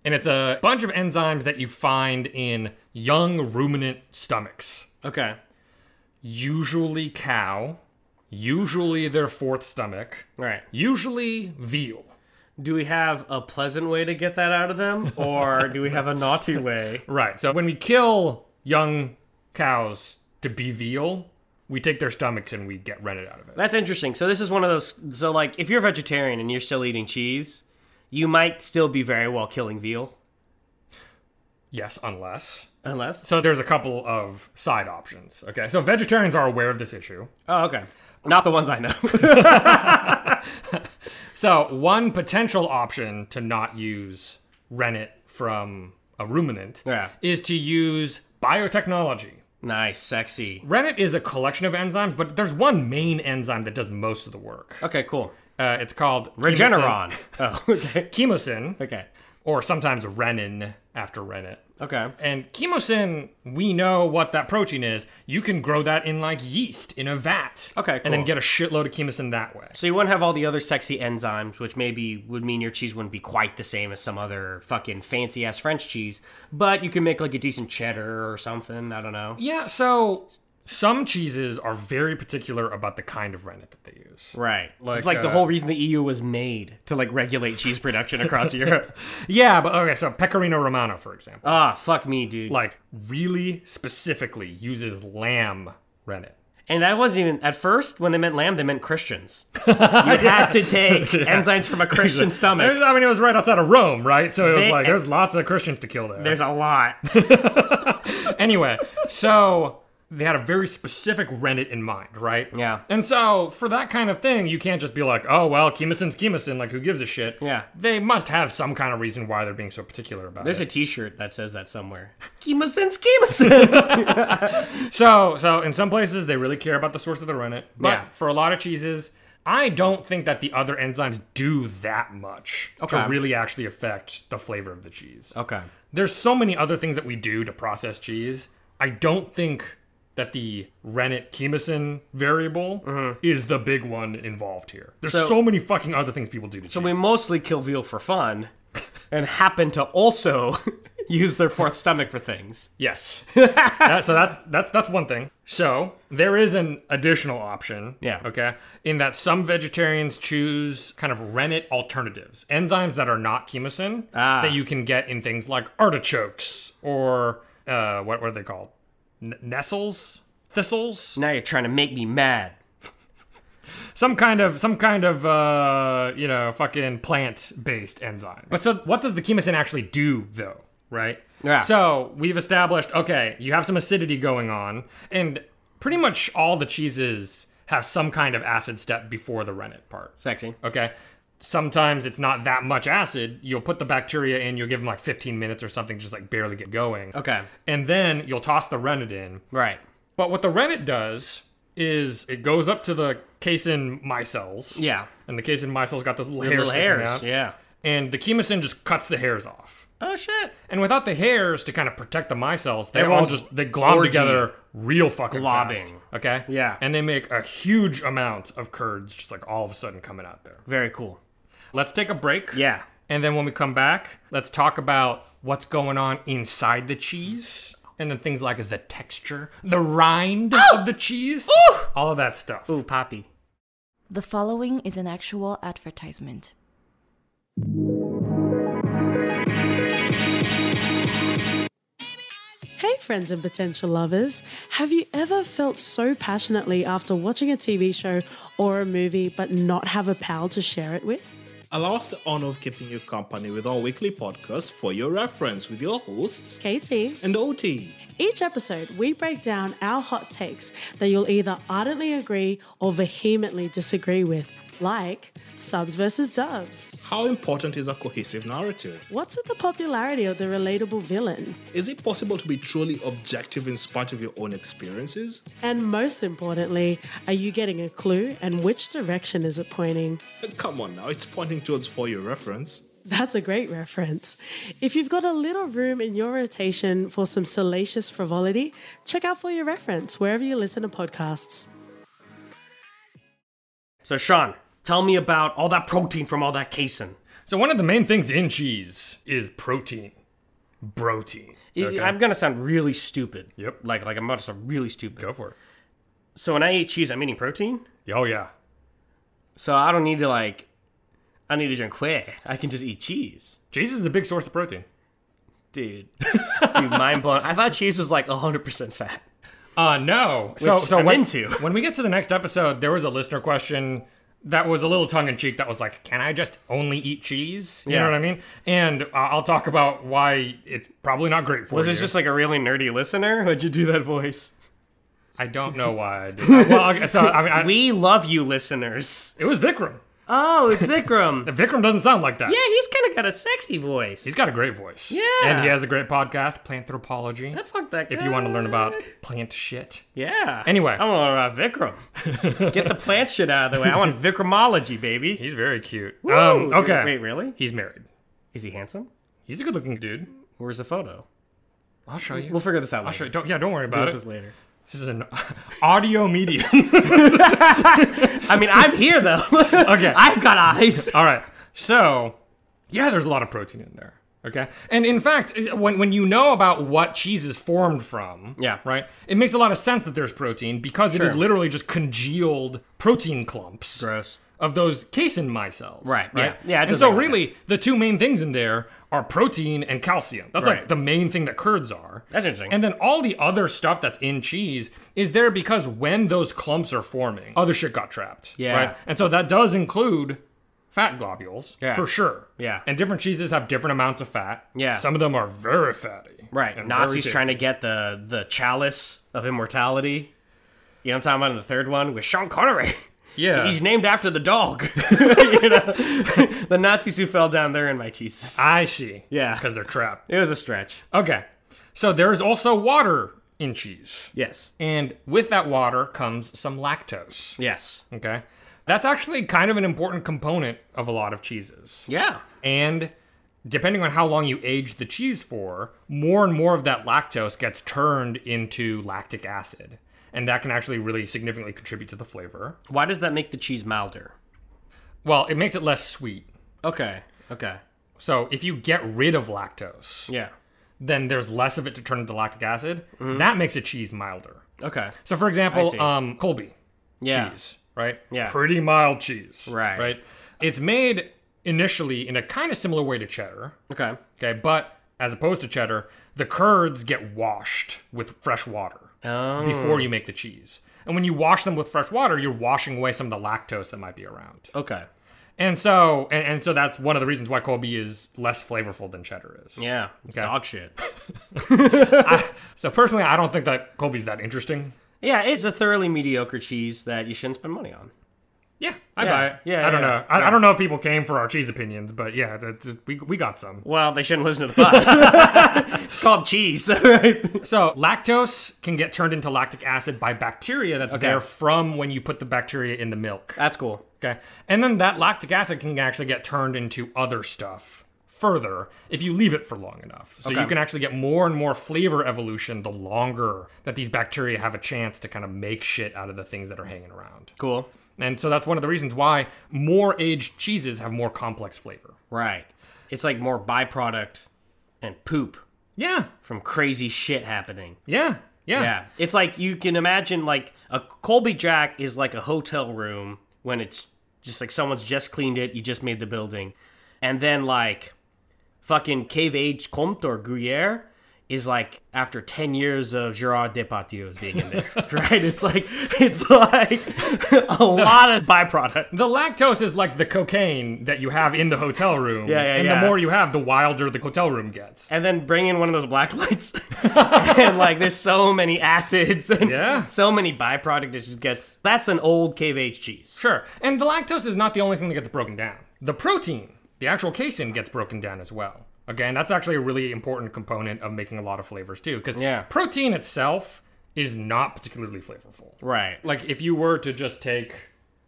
Speaker 7: And it's a bunch of enzymes that you find in young ruminant stomachs.
Speaker 8: Okay.
Speaker 7: Usually cow, usually their fourth stomach,
Speaker 8: Right.
Speaker 7: usually veal.
Speaker 8: Do we have a pleasant way to get that out of them, or do we have a naughty way?
Speaker 7: Right. So when we kill young cows to be veal, we take their stomachs and we get rennet out of it.
Speaker 8: That's interesting. So this is one of those. So like, if you're a vegetarian and you're still eating cheese, you might still be very well killing veal,
Speaker 7: Yes, unless.
Speaker 8: unless.
Speaker 7: So there's a couple of side options. Okay. So vegetarians are aware of this issue.
Speaker 8: Oh, okay. Not the ones I know.
Speaker 7: So one potential option to not use rennet from a ruminant
Speaker 8: Yeah.
Speaker 7: is to use biotechnology.
Speaker 8: nice, sexy.
Speaker 7: Rennet is a collection of enzymes, but there's one main enzyme that does most of the work.
Speaker 8: Okay, cool.
Speaker 7: Uh, it's called
Speaker 8: Regeneron. Oh, okay.
Speaker 7: Chemosin, chemosin,
Speaker 8: Okay.
Speaker 7: or sometimes renin after rennet.
Speaker 8: Okay.
Speaker 7: And chemosin, we know what that protein is. You can grow that in like yeast in a vat.
Speaker 8: Okay,
Speaker 7: And then
Speaker 8: cool.
Speaker 7: get a shitload of chemosin that way.
Speaker 8: So you wouldn't have all the other sexy enzymes, which maybe would mean your cheese wouldn't be quite the same as some other fucking fancy ass French cheese, but you can make like a decent cheddar or something. I don't know.
Speaker 7: Yeah, so some cheeses are very particular about the kind of rennet that they use.
Speaker 8: Right.
Speaker 7: Like,
Speaker 8: it's like the
Speaker 7: uh,
Speaker 8: whole reason the EU was made to like regulate cheese production across Europe.
Speaker 7: Yeah, but okay, so Pecorino Romano, for example,
Speaker 8: Ah, fuck me, dude.
Speaker 7: like really specifically uses lamb rennet.
Speaker 8: And that wasn't even at first when they meant lamb, they meant Christians. You had to take enzymes from a Christian stomach.
Speaker 7: I mean, it was right outside of Rome, right? So it was
Speaker 8: They-
Speaker 7: like there's lots of Christians to kill there.
Speaker 8: There's a lot.
Speaker 7: anyway, so they had a very specific rennet in mind, right?
Speaker 8: Yeah.
Speaker 7: And so for that kind of thing, you can't just be like, oh well, chemosin's chemosin, like who gives a shit?
Speaker 8: Yeah.
Speaker 7: They must have some kind of reason why they're being so particular about
Speaker 8: There's
Speaker 7: it.
Speaker 8: a T-shirt that says that somewhere. Chemosin, chemosin.
Speaker 7: So, so in some places they really care about the source of the rennet, but
Speaker 8: Yeah.
Speaker 7: for a lot of cheeses, I don't think that the other enzymes do that much
Speaker 8: Okay.
Speaker 7: to really actually affect the flavor of the cheese.
Speaker 8: Okay.
Speaker 7: There's so many other things that we do to process cheese. I don't think that the rennet chemosin variable is the big one involved here. There's so,
Speaker 8: Mm-hmm. So-
Speaker 7: many fucking other things people do to
Speaker 8: So
Speaker 7: cheese.
Speaker 8: we mostly kill veal for fun, and happen to also use their fourth stomach for things.
Speaker 7: Yes. That- so that's that's that's one thing. So there is an additional option.
Speaker 8: Yeah.
Speaker 7: Okay. In that some vegetarians choose kind of rennet alternatives, enzymes that are not chemosin
Speaker 8: Ah.
Speaker 7: that you can get in things like artichokes or uh, what what are they called? N- nestles, thistles,
Speaker 8: Now you're trying to make me mad.
Speaker 7: some kind of some kind of uh, you know fucking plant based enzyme. But so what does the chemosin actually do though? Right.
Speaker 8: Yeah.
Speaker 7: So we've established okay, you have some acidity going on, and pretty much all the cheeses have some kind of acid step before the rennet part.
Speaker 8: Sexy.
Speaker 7: Okay. Sometimes it's not that much acid. You'll put the bacteria in, you'll give them like 15 minutes or something, just like barely get going.
Speaker 8: Okay.
Speaker 7: And then you'll toss the rennet in.
Speaker 8: Right.
Speaker 7: But what the rennet does is it goes up to the casein micelles.
Speaker 8: Yeah.
Speaker 7: And the casein micelles got those little hairs.
Speaker 8: Little
Speaker 7: sticking
Speaker 8: hairs.
Speaker 7: out.
Speaker 8: Yeah.
Speaker 7: And the chemosin just cuts the hairs off.
Speaker 8: Oh shit.
Speaker 7: And without the hairs to kind of protect the micelles, they all
Speaker 8: Everyone's
Speaker 7: just they glom
Speaker 8: orgy.
Speaker 7: together real fucking
Speaker 8: Globbing.
Speaker 7: fast, Okay.
Speaker 8: Yeah.
Speaker 7: And they make a huge amount of curds just like all of a sudden coming out there.
Speaker 8: Very cool.
Speaker 7: Let's take a break.
Speaker 8: Yeah.
Speaker 7: And then when we come back, let's talk about what's going on inside the cheese and then things like the texture, the rind of the cheese, all of that stuff.
Speaker 8: Ooh, Poppy.
Speaker 1: The following is an actual advertisement.
Speaker 9: Hey, friends and potential lovers. Have you ever felt so passionately after watching a TV show or a movie but not have a pal to share it with?
Speaker 10: Allow us the honor of keeping you company with our weekly podcast for your reference with your hosts
Speaker 9: KT.
Speaker 10: and OT.
Speaker 9: Each episode, we break down our hot takes that you'll either ardently agree or vehemently disagree with, like subs versus dubs.
Speaker 10: How important is a cohesive narrative?
Speaker 9: What's with the popularity of the relatable villain?
Speaker 10: Is it possible to be truly objective in spite of your own experiences?
Speaker 9: And most importantly, are you getting a clue and which direction is it pointing?
Speaker 10: Come on now, it's pointing towards for your reference.
Speaker 9: That's a great reference. If you've got a little room in your rotation for some salacious frivolity, check out For Your Reference wherever you listen to podcasts.
Speaker 8: So, Sean, tell me about all that protein from all that casein.
Speaker 7: So one of the main things in cheese is protein. Protein.
Speaker 8: I-
Speaker 7: Okay.
Speaker 8: I'm gonna sound really stupid.
Speaker 7: Yep.
Speaker 8: Like like I'm about to sound really stupid.
Speaker 7: Go for it.
Speaker 8: So when I eat cheese, I'm eating protein.
Speaker 7: Oh yeah.
Speaker 8: So I don't need to like, I don't need to drink whey. I can just eat cheese,
Speaker 7: Cheese is a big source of protein.
Speaker 8: dude. dude, mind blown. I thought cheese was like 100 percent fat.
Speaker 7: Uh no. so so
Speaker 8: I'm
Speaker 7: when,
Speaker 8: into.
Speaker 7: when we get to the next episode, there was a listener question that was a little tongue in cheek. That was like, can I just only eat cheese? You
Speaker 8: Yeah.
Speaker 7: know what I mean? And uh, I'll talk about why it's probably not great for
Speaker 8: Was
Speaker 7: you.
Speaker 8: this just like a really nerdy listener? Why'd you do that voice?
Speaker 7: I don't know why. I did that. well, okay, so I mean, I,
Speaker 8: We love you, listeners.
Speaker 7: it was Vikram.
Speaker 8: Oh, it's Vikram.
Speaker 7: Vikram doesn't sound like that.
Speaker 8: yeah, he's kind of got a sexy voice.
Speaker 7: He's got a great voice.
Speaker 8: Yeah.
Speaker 7: And he has a great podcast, Planthropology.
Speaker 8: Ah, fuck that.
Speaker 7: if you want to learn
Speaker 8: guy.
Speaker 7: about plant shit.
Speaker 8: Yeah.
Speaker 7: Anyway.
Speaker 8: I want to learn about Vikram. Get the plant shit out of the way. I want Vikramology, baby.
Speaker 7: He's very cute.
Speaker 8: Woo!
Speaker 7: um, okay.
Speaker 8: Wait, really?
Speaker 7: He's married.
Speaker 8: Is he handsome?
Speaker 7: He's a good looking dude.
Speaker 8: Where's the photo?
Speaker 7: I'll show you.
Speaker 8: We'll figure this out.
Speaker 7: I'll
Speaker 8: later.
Speaker 7: show you. Don't, yeah, don't worry
Speaker 8: Deal
Speaker 7: about
Speaker 8: with
Speaker 7: it.
Speaker 8: this later.
Speaker 7: This is an audio medium.
Speaker 8: I mean, I'm here though.
Speaker 7: Okay.
Speaker 8: I've got eyes.
Speaker 7: All right. So, yeah, there's a lot of protein in there. Okay. And in fact, when, when you know about what cheese is formed from,
Speaker 8: Yeah.
Speaker 7: right, it makes a lot of sense that there's protein because it is
Speaker 8: Sure.
Speaker 7: literally just congealed protein clumps.
Speaker 8: Gross.
Speaker 7: of those casein micelles.
Speaker 8: Right,
Speaker 7: Right.
Speaker 8: yeah. Yeah, it
Speaker 7: And
Speaker 8: does
Speaker 7: so,
Speaker 8: look like
Speaker 7: really, the two main things in there are protein and calcium. That's like
Speaker 8: Right.
Speaker 7: the main thing that curds are.
Speaker 8: That's interesting.
Speaker 7: And then all the other stuff that's in cheese is there because when those clumps are forming, other shit got trapped.
Speaker 8: Yeah.
Speaker 7: Right. And so that does include fat globules
Speaker 8: Yeah.
Speaker 7: for sure.
Speaker 8: Yeah.
Speaker 7: And different cheeses have different amounts of fat.
Speaker 8: Yeah.
Speaker 7: Some of them are very fatty.
Speaker 8: Right.
Speaker 7: and
Speaker 8: Nazis
Speaker 7: very
Speaker 8: trying to
Speaker 7: tasty.
Speaker 8: get the the chalice of immortality. You know what I'm talking about in the third one with Sean Connery.
Speaker 7: Yeah.
Speaker 8: He's named after the dog. you know? the Nazis who fell down there in my Jesus.
Speaker 7: I see.
Speaker 8: Yeah.
Speaker 7: Because they're trapped.
Speaker 8: It was a stretch.
Speaker 7: Okay. So there is also water in cheese.
Speaker 8: Yes.
Speaker 7: And with that water comes some lactose.
Speaker 8: Yes.
Speaker 7: Okay. That's actually kind of an important component of a lot of cheeses.
Speaker 8: Yeah.
Speaker 7: And depending on how long you age the cheese for, more and more of that lactose gets turned into lactic acid. And that can actually really significantly contribute to the flavor.
Speaker 8: Why does that make the cheese milder?
Speaker 7: Well, it makes it less sweet.
Speaker 8: Okay. Okay.
Speaker 7: So if you get rid of lactose,
Speaker 8: Yeah.
Speaker 7: then there's less of it to turn into lactic acid. That makes a cheese milder.
Speaker 8: Okay.
Speaker 7: So for example,
Speaker 8: see.
Speaker 7: um, Colby.
Speaker 8: Yeah.
Speaker 7: cheese, right?
Speaker 8: Yeah.
Speaker 7: Pretty mild cheese.
Speaker 8: Right.
Speaker 7: Right. It's made initially in a kind of similar way to cheddar.
Speaker 8: Okay.
Speaker 7: Okay, but as opposed to cheddar, the curds get washed with fresh water
Speaker 8: Oh.
Speaker 7: before you make the cheese. And when you wash them with fresh water, you're washing away some of the lactose that might be around.
Speaker 8: Okay.
Speaker 7: And so and, and so that's one of the reasons why Colby is less flavorful than cheddar is.
Speaker 8: Yeah. It's
Speaker 7: Okay.
Speaker 8: dog shit.
Speaker 7: So personally, I don't think that Colby's that interesting.
Speaker 8: Yeah, it's a thoroughly mediocre cheese that you shouldn't spend money on.
Speaker 7: Yeah, I
Speaker 8: Yeah.
Speaker 7: buy it.
Speaker 8: Yeah,
Speaker 7: I
Speaker 8: yeah,
Speaker 7: don't know.
Speaker 8: yeah.
Speaker 7: I, I don't know if people came for our cheese opinions, but yeah, that's, we, we got some.
Speaker 8: Well, they shouldn't listen to the pod. it's called cheese.
Speaker 7: So lactose can get turned into lactic acid by bacteria that's there from when you put the bacteria in the milk.
Speaker 8: That's cool.
Speaker 7: Okay. And then that lactic acid can actually get turned into other stuff further if you leave it for long enough. So you
Speaker 8: Okay.
Speaker 7: can actually get more and more flavor evolution the longer that these bacteria have a chance to kind of make shit out of the things that are hanging around.
Speaker 8: Cool.
Speaker 7: And so that's one of the reasons why more aged cheeses have more complex flavor.
Speaker 8: Right. It's like more byproduct and poop
Speaker 7: Yeah.
Speaker 8: from crazy shit happening.
Speaker 7: Yeah. Yeah.
Speaker 8: Yeah. It's like you can imagine like a Colby Jack is like a hotel room when it's just like someone's just cleaned it, you just made the building. And then like fucking Cave Age Comte or Gruyere is like after 10 years of Gerard Depardieu being in there, right? It's like it's like a lot of byproduct.
Speaker 7: The lactose is like the cocaine that you have in the hotel room.
Speaker 8: Yeah, yeah,
Speaker 7: And
Speaker 8: yeah.
Speaker 7: the more you have, the wilder the hotel room gets.
Speaker 8: and then bring in one of those black lights and like there's so many acids and
Speaker 7: Yeah.
Speaker 8: so many byproduct it just gets that's an old cave age cheese
Speaker 7: Sure. And the lactose is not the only thing that gets broken down. The protein, the actual casein, gets broken down as well. Again, that's actually a really important component of making a lot of flavors too, because
Speaker 8: Yeah.
Speaker 7: protein itself is not particularly flavorful.
Speaker 8: right
Speaker 7: Like if you were to just take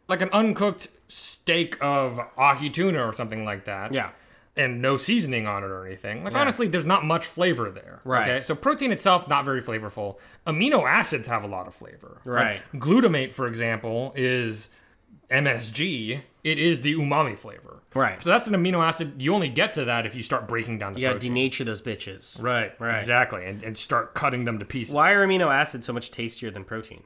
Speaker 7: like an uncooked steak of ahi tuna or something like that.
Speaker 8: Yeah.
Speaker 7: And no seasoning on it or anything. Like honestly, there's not much flavor there.
Speaker 8: Right.
Speaker 7: Okay. So protein itself not very flavorful. Amino acids have a lot of flavor. Like,
Speaker 8: Right.
Speaker 7: glutamate, for example, is MSG. It is the umami flavor.
Speaker 8: Right.
Speaker 7: So that's an amino acid. You only get to that if you start breaking down the
Speaker 8: you gotta
Speaker 7: protein.
Speaker 8: denature those bitches
Speaker 7: right.
Speaker 8: Right.
Speaker 7: Exactly. And, and start cutting them to pieces.
Speaker 8: why are amino acids so much tastier than protein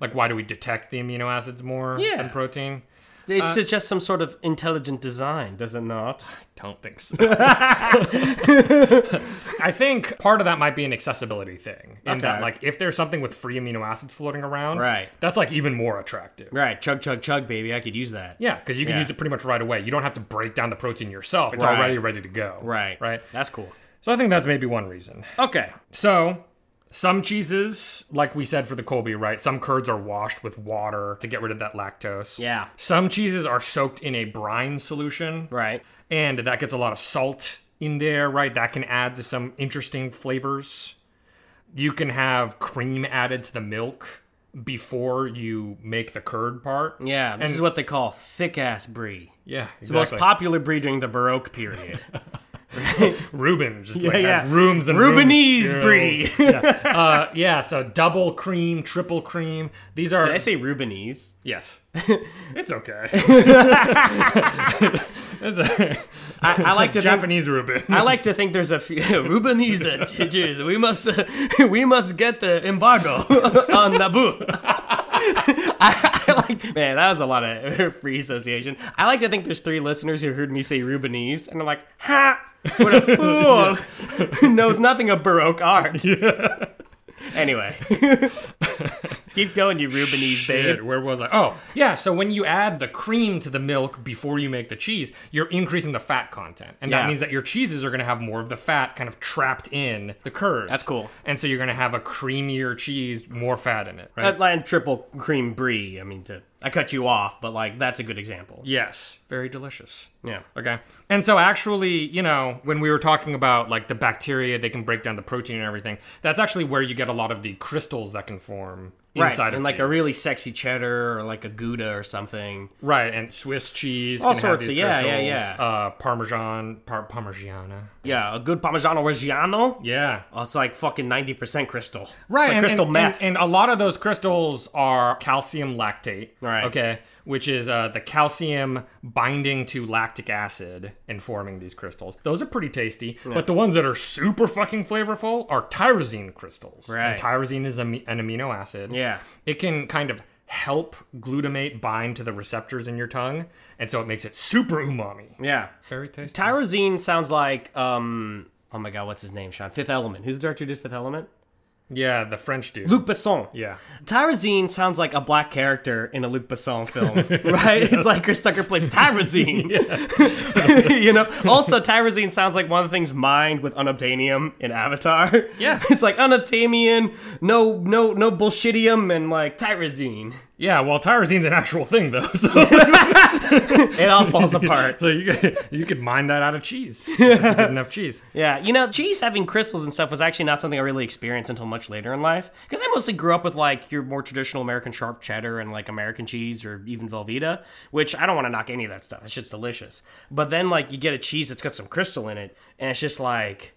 Speaker 7: like why do we detect the amino acids more
Speaker 8: Yeah.
Speaker 7: than protein?
Speaker 8: it
Speaker 7: Uh,
Speaker 8: suggests some sort of intelligent design does it not
Speaker 7: Don't think so. I think part of that might be an accessibility thing. In that,
Speaker 8: Okay.
Speaker 7: like, if there's something with free amino acids floating around,
Speaker 8: Right.
Speaker 7: that's like even more attractive.
Speaker 8: right chug chug chug baby i could use that
Speaker 7: Yeah, because you can
Speaker 8: Yeah.
Speaker 7: use it pretty much right away. You don't have to break down the protein yourself. It's
Speaker 8: Right.
Speaker 7: already ready to go.
Speaker 8: right Oh.
Speaker 7: Right.
Speaker 8: that's cool
Speaker 7: So I think that's maybe one reason.
Speaker 8: okay
Speaker 7: So, some cheeses, like we said for the Colby, right? Some curds are washed with water to get rid of that lactose.
Speaker 8: Yeah.
Speaker 7: Some cheeses are soaked in a brine solution.
Speaker 8: right
Speaker 7: and that gets a lot of salt in there, right? That can add to some interesting flavors. You can have cream added to the milk before you make the curd part.
Speaker 8: yeah this
Speaker 7: And-
Speaker 8: is what they call thick ass brie
Speaker 7: Yeah,
Speaker 8: it's the most
Speaker 7: exactly.
Speaker 8: popular brie during the baroque period
Speaker 7: Reuben, just like
Speaker 8: yeah.
Speaker 7: had rooms and
Speaker 8: Rubenese brie
Speaker 7: rooms, you know. yeah. Uh, yeah, so double cream, triple cream. These are
Speaker 8: did i say rubenese
Speaker 7: yes. it's okay. it's a,
Speaker 8: I, I like to think-
Speaker 7: Japanese Reuben.
Speaker 8: I like to think there's a few Rubenese uh, judges. We must uh, we must get the embargo on Naboo. I, I like man, that was a lot of free association. I like to think there's three listeners who heard me say Rubenese, and I'm like, ha, what a fool who knows nothing of Baroque art. Anyway, keep going, you Rubenese
Speaker 7: Shit,
Speaker 8: babe.
Speaker 7: where was I? Oh, yeah. So when you add the cream to the milk before you make the cheese, you're increasing the fat content, and
Speaker 8: Yeah.
Speaker 7: that means that your cheeses are going to have more of the fat kind of trapped in the curds.
Speaker 8: That's cool.
Speaker 7: And so you're going to have a creamier cheese, more fat in it, Uh, right?
Speaker 8: Atlanta triple cream brie. I mean, to, I cut you off, but like that's a good example.
Speaker 7: yes, very delicious.
Speaker 8: Yeah.
Speaker 7: Okay. And so actually, you know, when we were talking about like the bacteria, they can break down the protein and everything. That's actually where you get a lot of the crystals that can form
Speaker 8: right.
Speaker 7: inside
Speaker 8: and
Speaker 7: of
Speaker 8: like a
Speaker 7: cheese.
Speaker 8: really sexy cheddar or like a gouda or something.
Speaker 7: Right, and Swiss cheese,
Speaker 8: All
Speaker 7: can
Speaker 8: sorts
Speaker 7: have these
Speaker 8: of- yeah, yeah,
Speaker 7: crystals,
Speaker 8: yeah.
Speaker 7: Uh, Parmesan, par- Parmigiana.
Speaker 8: Yeah, a good Parmigiano Reggiano.
Speaker 7: Yeah,
Speaker 8: Oh, it's like fucking ninety percent crystal.
Speaker 7: right.
Speaker 8: it's like
Speaker 7: and,
Speaker 8: crystal
Speaker 7: and,
Speaker 8: meth.
Speaker 7: and, and a lot of those crystals are calcium lactate.
Speaker 8: Right.
Speaker 7: Okay, which is uh, the calcium binding to lactic acid and forming these crystals. Those are pretty tasty, but the ones that are super fucking flavorful are tyrosine crystals.
Speaker 8: Right.
Speaker 7: And tyrosine is ami- an amino acid.
Speaker 8: yeah,
Speaker 7: It can kind of help glutamate bind to the receptors in your tongue, and so it makes it super umami.
Speaker 8: yeah.
Speaker 7: Very tasty.
Speaker 8: Tyrosine sounds like um. Oh my god, what's his name? Sean Fifth Element. Who's the director who did Fifth Element?
Speaker 7: Yeah, the French dude.
Speaker 8: Luc Besson.
Speaker 7: Yeah.
Speaker 8: Tyrosine sounds like a black character in a Luc Besson film, right? It's like Chris Tucker plays Tyrosine. you know? Also, Tyrosine sounds like one of the things mined with unobtainium in Avatar.
Speaker 7: Yeah.
Speaker 8: It's like unobtainium, no no no bullshitium, and like tyrosine.
Speaker 7: Yeah, well, tyrosine's an actual thing, though. So,
Speaker 8: It all falls apart.
Speaker 7: so you, could, you could mine that out of cheese. If it's a good enough cheese.
Speaker 8: Yeah. You know, cheese having crystals and stuff was actually not something I really experienced until much later in life. Because I mostly grew up with like your more traditional American sharp cheddar and like American cheese or even Velveeta, which I don't want to knock any of that stuff. It's just delicious. But then like you get a cheese that's got some crystal in it, and it's just like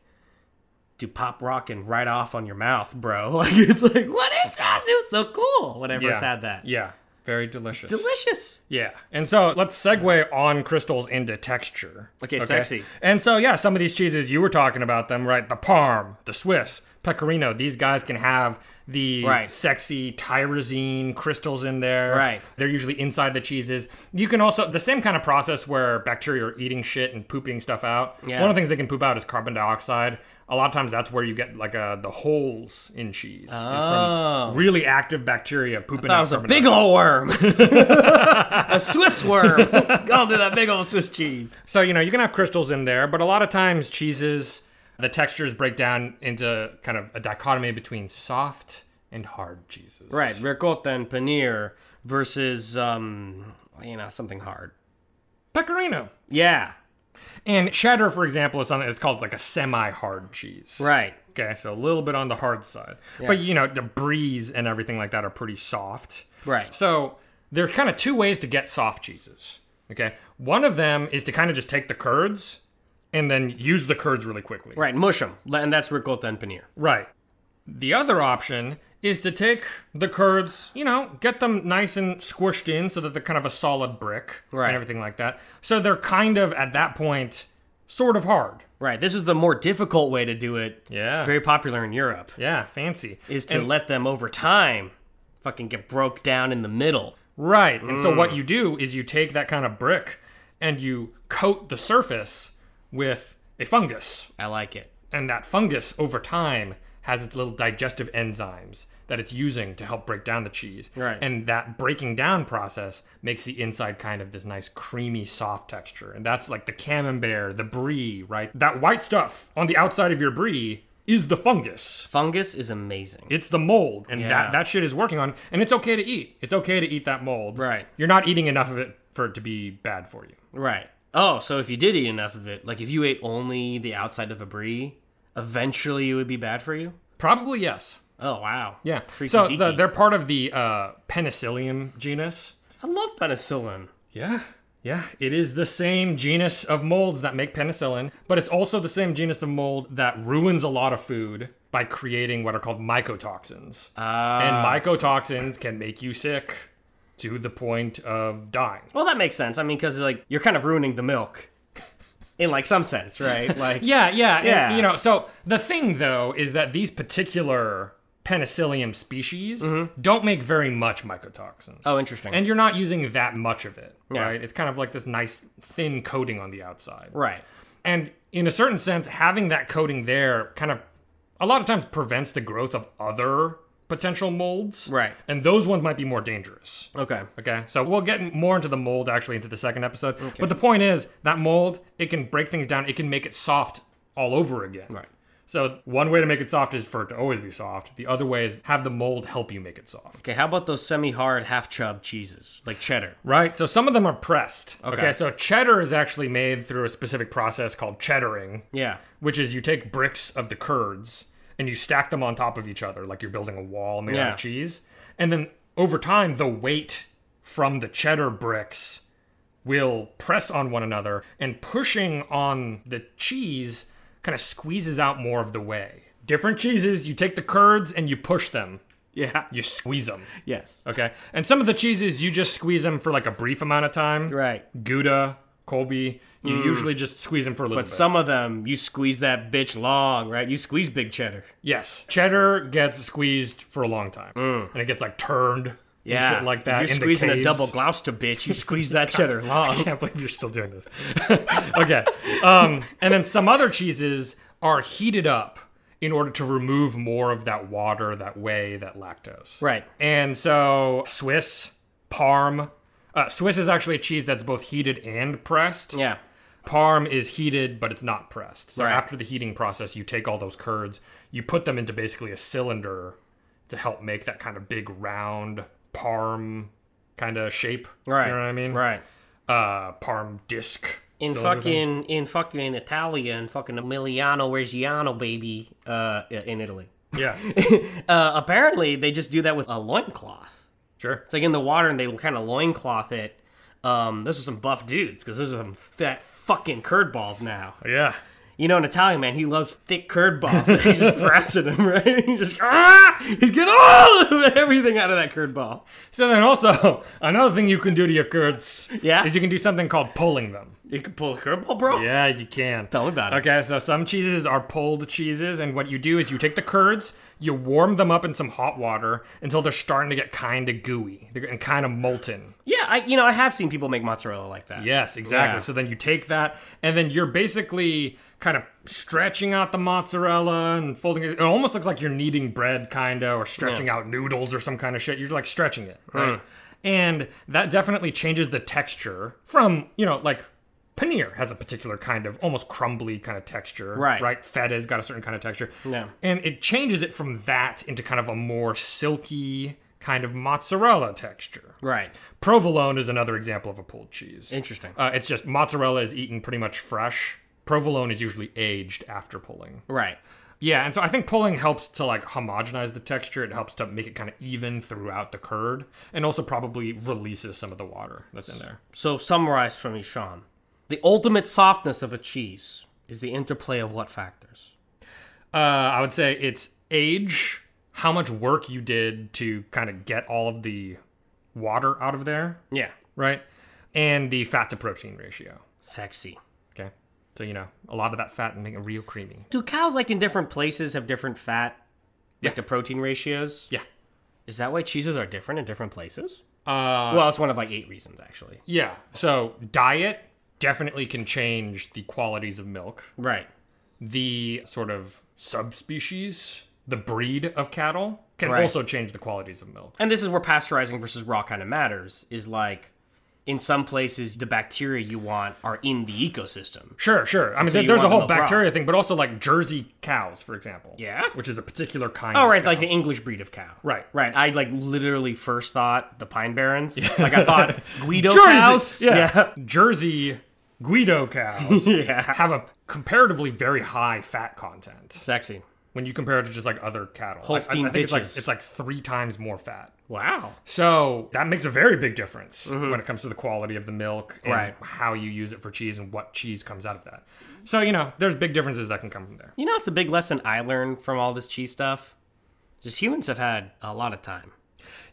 Speaker 8: do pop rocking right off on your mouth, bro. Like it's like, what is this? It was so cool whenever I
Speaker 7: Yeah.
Speaker 8: had that.
Speaker 7: Yeah. Very delicious.
Speaker 8: Delicious.
Speaker 7: Yeah. And so let's segue on crystals into texture.
Speaker 8: Okay, sexy.
Speaker 7: And so, yeah, some of these cheeses, you were talking about them, right? The Parm, the Swiss, Pecorino, these guys can have these
Speaker 8: Right.
Speaker 7: sexy tyrosine crystals in there.
Speaker 8: Right.
Speaker 7: They're usually inside the cheeses. You can also, the same kind of process where bacteria are eating shit and pooping stuff out.
Speaker 8: Yeah.
Speaker 7: One of the things they can poop out is carbon dioxide. A lot of times that's where you get like uh, the holes in cheese. is
Speaker 8: Oh.
Speaker 7: from really active bacteria pooping
Speaker 8: That
Speaker 7: out
Speaker 8: was a
Speaker 7: carbon
Speaker 8: big
Speaker 7: dioxide.
Speaker 8: old worm. a Swiss worm. Gone to that big old Swiss cheese.
Speaker 7: So, you know, you can have crystals in there, but a lot of times cheeses, the textures break down into kind of a dichotomy between soft and hard cheeses.
Speaker 8: Right, ricotta and paneer versus um, you know, something hard.
Speaker 7: Pecorino.
Speaker 8: Yeah,
Speaker 7: And cheddar, for example, is something that's called like a semi hard cheese.
Speaker 8: right.
Speaker 7: Okay, so a little bit on the hard side. But, you know, the bries and everything like that are pretty soft.
Speaker 8: Right.
Speaker 7: So there's kind of two ways to get soft cheeses. Okay. One of them is to kind of just take the curds and then use the curds really quickly.
Speaker 8: Right, mush them. And that's ricotta and paneer.
Speaker 7: Right. The other option is to take the curds, you know, get them nice and squished in so that they're kind of a solid brick
Speaker 8: Right.
Speaker 7: and everything like that. So they're kind of at that point sort of hard.
Speaker 8: Right, this is the more difficult way to do it.
Speaker 7: Yeah.
Speaker 8: Very popular in Europe
Speaker 7: Yeah, fancy.
Speaker 8: is to
Speaker 7: And-
Speaker 8: let them over time fucking get broke down in the middle.
Speaker 7: Right. And so
Speaker 8: Mm.
Speaker 7: what you do is you take that kind of brick and you coat the surface with a fungus.
Speaker 8: I like it.
Speaker 7: and that fungus over time has its little digestive enzymes that it's using to help break down the cheese.
Speaker 8: Right.
Speaker 7: And that breaking down process makes the inside kind of this nice creamy soft texture. And that's like the camembert, the brie, right? That white stuff on the outside of your brie is the fungus.
Speaker 8: Fungus is amazing.
Speaker 7: It's the mold and
Speaker 8: Yeah.
Speaker 7: that that shit is working on and it's okay to eat. It's okay to eat that mold.
Speaker 8: Right.
Speaker 7: You're not eating enough of it for it to be bad for you.
Speaker 8: Right. Oh, so if you did eat enough of it, like if you ate only the outside of a brie, eventually it would be bad for you?
Speaker 7: Probably yes.
Speaker 8: Oh, wow.
Speaker 7: Yeah.
Speaker 8: Freaky
Speaker 7: so
Speaker 8: deaky.
Speaker 7: the, they're part of the uh, penicillium genus.
Speaker 8: I love penicillin.
Speaker 7: Yeah. Yeah, it is the same genus of molds that make penicillin, but it's also the same genus of mold that ruins a lot of food by creating what are called mycotoxins.
Speaker 8: Ah.
Speaker 7: and mycotoxins can make you sick to the point of dying.
Speaker 8: Well, that makes sense. I mean, because like you're kind of ruining the milk, in like some sense, right? Like,
Speaker 7: Yeah, yeah, and,
Speaker 8: Yeah.
Speaker 7: you know, so the thing though is that these particular penicillium species don't make very much mycotoxins.
Speaker 8: Mm-hmm. Oh, interesting.
Speaker 7: And you're not using that much of it,
Speaker 8: Yeah.
Speaker 7: right? It's kind of like this nice thin coating on the outside.
Speaker 8: right.
Speaker 7: And in a certain sense, having that coating there kind of a lot of times prevents the growth of other potential molds.
Speaker 8: Right.
Speaker 7: And those ones might be more dangerous.
Speaker 8: Okay.
Speaker 7: Okay. So we'll get more into the mold actually into the second episode. But the point is that mold, it can break things down, it can make it soft all over again.
Speaker 8: Right.
Speaker 7: So one way to make it soft is for it to always be soft. The other way is have the mold help you make it soft.
Speaker 8: Okay. How about those semi-hard half-chub cheeses, like cheddar?
Speaker 7: Right. So some of them are pressed. Okay.
Speaker 8: Okay.
Speaker 7: So cheddar is actually made through a specific process called cheddaring,
Speaker 8: Yeah.
Speaker 7: which is you take bricks of the curds and you stack them on top of each other like you're building a wall made out
Speaker 8: Yeah.
Speaker 7: of cheese. And then over time, the weight from the cheddar bricks will press on one another and pushing on the cheese kind of squeezes out more of the whey. Different cheeses, you take the curds and you push them.
Speaker 8: Yeah.
Speaker 7: You squeeze them.
Speaker 8: Yes.
Speaker 7: Okay. And some of the cheeses, you just squeeze them for like a brief amount of time.
Speaker 8: Right. Mm.
Speaker 7: Gouda, Colby, you usually just squeeze them for a little
Speaker 8: But
Speaker 7: bit.
Speaker 8: some of them, you squeeze that bitch long, right? You squeeze big cheddar.
Speaker 7: yes. Cheddar gets squeezed for a long time. And it gets like turned and shit like that.
Speaker 8: Mm.
Speaker 7: in
Speaker 8: If you're
Speaker 7: the
Speaker 8: squeezing a
Speaker 7: caves.
Speaker 8: double Gloucester bitch. You squeeze that cheddar
Speaker 7: I
Speaker 8: long.
Speaker 7: can't believe you're still doing this. okay. Um, and then some other cheeses are heated up in order to remove more of that water, that whey, that lactose.
Speaker 8: Right.
Speaker 7: And so Swiss, Parm. Uh, Swiss is actually a cheese that's both heated and pressed.
Speaker 8: Yeah.
Speaker 7: Parm is heated, but it's not pressed. So
Speaker 8: Right.
Speaker 7: after the heating process, you take all those curds, you put them into basically a cylinder to help make that kind of big round Parm kind of shape.
Speaker 8: Right.
Speaker 7: You know what I mean?
Speaker 8: Right.
Speaker 7: uh parm disc
Speaker 8: In
Speaker 7: cylinder thing.
Speaker 8: fucking in fucking Italia and fucking Emiliano Reggiano, baby, uh, in Italy.
Speaker 7: yeah
Speaker 8: Uh, apparently, they just do that with a loincloth.
Speaker 7: sure
Speaker 8: It's like in the water and they kind of loincloth it. Um, those are some buff dudes because those are some fat fucking curd balls now.
Speaker 7: yeah
Speaker 8: You know, an Italian man, he loves thick curveballs. he's just pressing them, right? He's just, ah! He's getting all of everything out of that curveball.
Speaker 7: So then also, another thing you can do to your curds
Speaker 8: Yeah.
Speaker 7: is you can do something called pulling them.
Speaker 8: You can pull a curveball, bro?
Speaker 7: Yeah, you can.
Speaker 8: Tell me about it.
Speaker 7: Okay, so some cheeses are pulled cheeses, and what you do is you take the curds, you warm them up in some hot water until they're starting to get kind of gooey They're getting kind of molten.
Speaker 8: Yeah, I, you know, I have seen people make mozzarella like that.
Speaker 7: Yes, exactly.
Speaker 8: Yeah.
Speaker 7: So then you take that, and then you're basically kind of stretching out the mozzarella and folding it. It almost looks like you're kneading bread, kind of, or stretching out noodles or some kind of shit. You're like stretching it,
Speaker 8: Uh-huh.
Speaker 7: right? And that definitely changes the texture from, you know, like paneer has a particular kind of almost crumbly kind of texture,
Speaker 8: Right.
Speaker 7: Right? Feta's got a certain kind of texture,
Speaker 8: Yeah.
Speaker 7: And it changes it from that into kind of a more silky kind of mozzarella texture,
Speaker 8: Right.
Speaker 7: Provolone is another example of a pulled cheese.
Speaker 8: Interesting.
Speaker 7: Uh, it's just mozzarella is eaten pretty much fresh. Provolone is usually aged after pulling.
Speaker 8: Right.
Speaker 7: Yeah, and so I think pulling helps to like homogenize the texture. It helps to make it kind of even throughout the curd, and also probably releases some of the water that's in there.
Speaker 8: So, summarize for me, Sean. The ultimate softness of a cheese is the interplay of what factors?
Speaker 7: Uh, I would say it's age, how much work you did to kind of get all of the water out of there,
Speaker 8: Yeah.
Speaker 7: right? And the fat to protein ratio.
Speaker 8: Sexy.
Speaker 7: Okay, so you know a lot of that fat and make it real creamy.
Speaker 8: Do cows, like in different places, have different fat, like the protein ratios?
Speaker 7: Yeah.
Speaker 8: Is that why cheeses are different in different places?
Speaker 7: Uh,
Speaker 8: well, it's one of like eight reasons, actually.
Speaker 7: Yeah. So diet definitely can change the qualities of milk,
Speaker 8: Right.
Speaker 7: the sort of subspecies, the breed of cattle can
Speaker 8: Right.
Speaker 7: also change the qualities of milk.
Speaker 8: And this is where pasteurizing versus raw kind of matters, is like in some places, the bacteria you want are in the ecosystem.
Speaker 7: Sure, sure. I mean,
Speaker 8: So
Speaker 7: there-
Speaker 8: you
Speaker 7: there's a
Speaker 8: want
Speaker 7: whole
Speaker 8: the milk raw.
Speaker 7: bacteria thing, but also like Jersey cows, for example.
Speaker 8: Yeah?
Speaker 7: Which is a particular kind.
Speaker 8: Oh,
Speaker 7: of
Speaker 8: right,
Speaker 7: cow.
Speaker 8: like the English breed of cow.
Speaker 7: Right.
Speaker 8: Right. I like literally first thought the Pine Barrens. Like I thought Guido
Speaker 7: Jersey,
Speaker 8: cows.
Speaker 7: Yeah. Jersey Guido cows
Speaker 8: Yeah.
Speaker 7: have a comparatively very high fat content
Speaker 8: Sexy.
Speaker 7: when you compare it to just like other cattle. Like, I-
Speaker 8: Holstein
Speaker 7: I, think it's like
Speaker 8: bitches.
Speaker 7: it's like three times more fat.
Speaker 8: Wow.
Speaker 7: So that makes a very big difference when it comes to the quality of the milk and
Speaker 8: Right.
Speaker 7: how you use it for cheese and what cheese comes out of that. So, you know, there's big differences that can come from there.
Speaker 8: You know, it's a big lesson I learned from all this cheese stuff. Just humans have had a lot of time.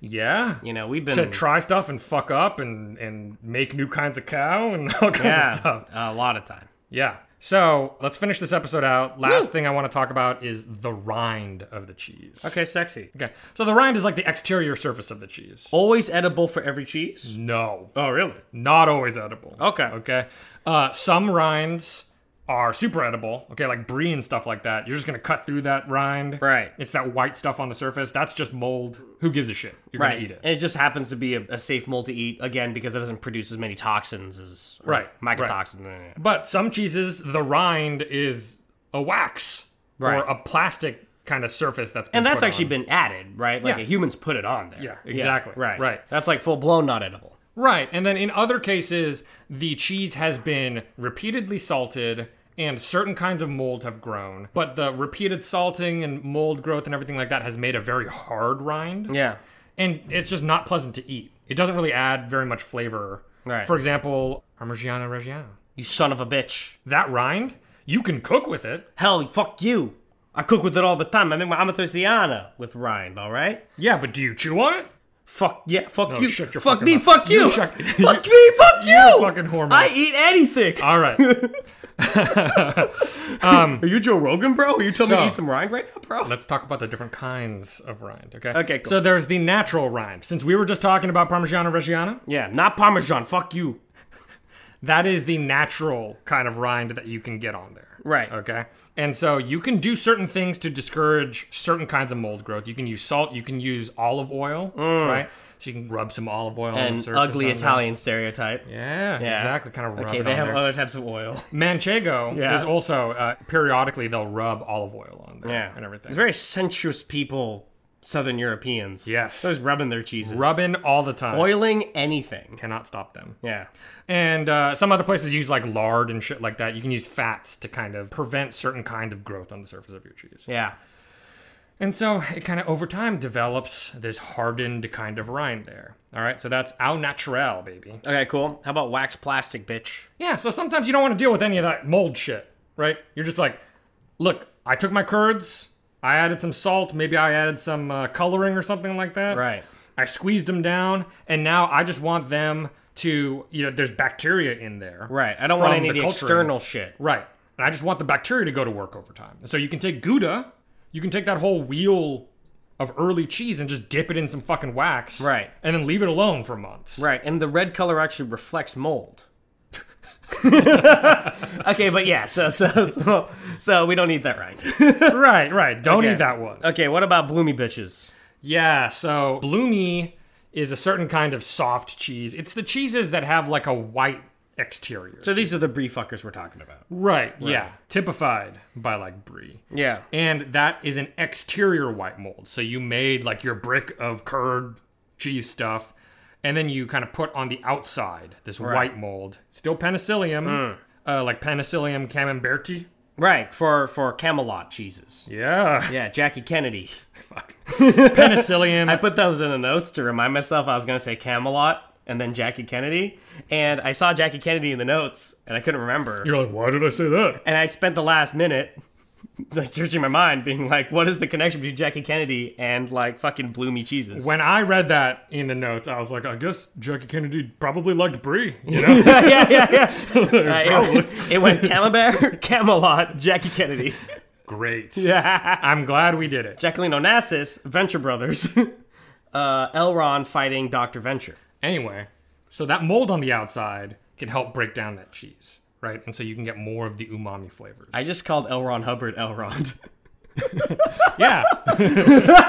Speaker 7: Yeah.
Speaker 8: You know, we've been
Speaker 7: To try stuff and fuck up and, and make new kinds of cow and all kinds
Speaker 8: yeah,
Speaker 7: of stuff.
Speaker 8: a lot of time.
Speaker 7: Yeah. So let's finish this episode out. Last thing I want to talk about is the rind of the cheese.
Speaker 8: Okay, sexy.
Speaker 7: Okay. So the rind is like the exterior surface of the cheese.
Speaker 8: Always edible for every cheese.
Speaker 7: No.
Speaker 8: Oh, really?
Speaker 7: not always edible.
Speaker 8: Okay.
Speaker 7: Mm-hmm. Okay. Uh, some rinds are super edible. Okay, like brie and stuff like that. You're just gonna cut through that rind.
Speaker 8: Right.
Speaker 7: It's that white stuff on the surface. That's just mold. Who gives a shit? You're
Speaker 8: Right.
Speaker 7: gonna eat it.
Speaker 8: And it just happens to be a, a safe mold to eat again because it doesn't produce as many toxins as or
Speaker 7: Right, right.
Speaker 8: mycotoxins.
Speaker 7: but some cheeses, the rind is a wax
Speaker 8: Right.
Speaker 7: or a plastic kind of surface that's been
Speaker 8: And that's
Speaker 7: put
Speaker 8: actually
Speaker 7: on.
Speaker 8: been added, right? Like
Speaker 7: Yeah.
Speaker 8: humans put it on there.
Speaker 7: Yeah, exactly.
Speaker 8: right.
Speaker 7: Right.
Speaker 8: That's like full blown not edible.
Speaker 7: Right. And then in other cases, the cheese has been repeatedly salted and certain kinds of mold have grown. But the repeated salting and mold growth and everything like that has made a very hard rind.
Speaker 8: Yeah.
Speaker 7: And it's just not pleasant to eat. It doesn't really add very much flavor.
Speaker 8: Right.
Speaker 7: For example, Parmigiano Reggiano.
Speaker 8: You son of a bitch.
Speaker 7: That rind, you can cook with it.
Speaker 8: Hell, fuck you. I cook with it all the time. I make my amatriciana with rind, all right?
Speaker 7: Yeah, but do you chew on it?
Speaker 8: Fuck yeah, fuck
Speaker 7: No,
Speaker 8: you.
Speaker 7: shut your
Speaker 8: fuck
Speaker 7: fucking
Speaker 8: me,
Speaker 7: mouth.
Speaker 8: fuck you.
Speaker 7: You shut-
Speaker 8: fuck me, fuck you.
Speaker 7: fucking whore
Speaker 8: I
Speaker 7: mouth.
Speaker 8: eat anything.
Speaker 7: All right.
Speaker 8: Are you Joe Rogan, bro? Are you telling me
Speaker 7: So-
Speaker 8: to eat some rind right now, bro?
Speaker 7: Let's talk about the different kinds of rind, okay?
Speaker 8: Okay, cool.
Speaker 7: So there's the natural rind. Since we were just talking about Parmigiano Reggiano,
Speaker 8: Yeah, not Parmesan. Fuck you.
Speaker 7: That is the natural kind of rind that you can get on there.
Speaker 8: Right.
Speaker 7: Okay. And so you can do certain things to discourage certain kinds of mold growth. You can use salt, you can use olive oil, right? So you can rub some olive oil on the
Speaker 8: An
Speaker 7: Oh, surface.
Speaker 8: Mm. ugly
Speaker 7: on there.
Speaker 8: Italian stereotype.
Speaker 7: Yeah,
Speaker 8: Yeah.
Speaker 7: exactly. Kind of rub
Speaker 8: Okay,
Speaker 7: it
Speaker 8: they
Speaker 7: on
Speaker 8: have
Speaker 7: there.
Speaker 8: other types of oil.
Speaker 7: Manchego
Speaker 8: Yeah.
Speaker 7: is also uh, periodically they'll rub olive oil on there and everything.
Speaker 8: It's very sensuous people, Southern Europeans.
Speaker 7: Yes.
Speaker 8: They're just rubbing their cheeses.
Speaker 7: rubbing all the time.
Speaker 8: Oiling anything.
Speaker 7: cannot stop them.
Speaker 8: Yeah.
Speaker 7: And uh, some other places use like lard and shit like that. You can use fats to kind of prevent certain kinds of growth on the surface of your cheese.
Speaker 8: Yeah.
Speaker 7: And so it kind of over time develops this hardened kind of rind there. All right, so that's au naturel, baby.
Speaker 8: Okay, cool. How about wax plastic, bitch?
Speaker 7: Yeah, so sometimes you don't want to deal with any of that mold shit. right? You're just like, look, I took my curds, I added some salt, maybe I added some uh, coloring or something like that.
Speaker 8: Right.
Speaker 7: I squeezed them down, and now I just want them to, you know, there's bacteria in there.
Speaker 8: Right. I don't want
Speaker 7: from
Speaker 8: any of the
Speaker 7: culturing.
Speaker 8: external shit.
Speaker 7: Right. And I just want the bacteria to go to work over time. So you can take Gouda, you can take that whole wheel of early cheese and just dip it in some fucking wax.
Speaker 8: Right.
Speaker 7: And then leave it alone for months.
Speaker 8: Right, and the red color actually reflects mold. okay, but yeah, so so so, so we don't need that right.
Speaker 7: right, right. Don't
Speaker 8: Okay.
Speaker 7: eat that one.
Speaker 8: Okay, what about bloomy bitches?
Speaker 7: Yeah, so bloomy is a certain kind of soft cheese. It's the cheeses that have like a white exterior.
Speaker 8: So these are the brie fuckers we're talking about.
Speaker 7: right, yeah. Typified by like brie.
Speaker 8: Yeah.
Speaker 7: And that is an exterior white mold. So you made like your brick of curd cheese stuff, and then you kind of put on the outside this white mold, still penicillium,
Speaker 8: Mm.
Speaker 7: uh, like penicillium camemberti.
Speaker 8: Right, for for Camelot cheeses.
Speaker 7: Yeah.
Speaker 8: Yeah, Jackie Kennedy.
Speaker 7: penicillium.
Speaker 8: I put those in the notes to remind myself I was going to say Camelot and then Jackie Kennedy, and I saw Jackie Kennedy in the notes and I couldn't remember.
Speaker 7: You're like, why did I say that?
Speaker 8: and I spent the last minute like searching my mind, being like, what is the connection between Jackie Kennedy and like fucking bloomy cheeses?
Speaker 7: When I read that in the notes, I was like, I guess Jackie Kennedy probably liked Brie. You know?
Speaker 8: yeah, yeah, yeah. Uh, it, was- it went Camembert, Camelot, Jackie Kennedy,
Speaker 7: Great. I'm glad we did it.
Speaker 8: Jacqueline Onassis, Venture Brothers, uh, Elron fighting Dr. Venture.
Speaker 7: Anyway, so that mold on the outside can help break down that cheese, right? And so you can get more of the umami flavors.
Speaker 8: I just called Elron Hubbard Elrond.
Speaker 7: yeah.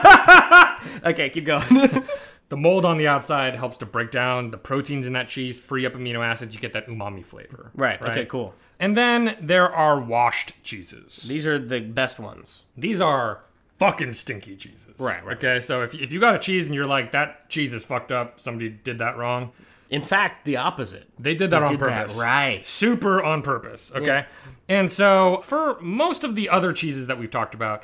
Speaker 8: okay, keep going.
Speaker 7: the mold on the outside helps to break down the proteins in that cheese, free up amino acids, you get that umami flavor.
Speaker 8: Right, okay, cool.
Speaker 7: And then there are washed cheeses.
Speaker 8: These are the best ones.
Speaker 7: These are fucking stinky cheeses.
Speaker 8: Right, right.
Speaker 7: Okay, so if, if you got a cheese and you're like, that cheese is fucked up, somebody did that wrong,
Speaker 8: In fact, the opposite.
Speaker 7: They did that on
Speaker 8: did that
Speaker 7: purpose.
Speaker 8: right.
Speaker 7: Super on purpose. Okay. And so for most of the other cheeses that we've talked about,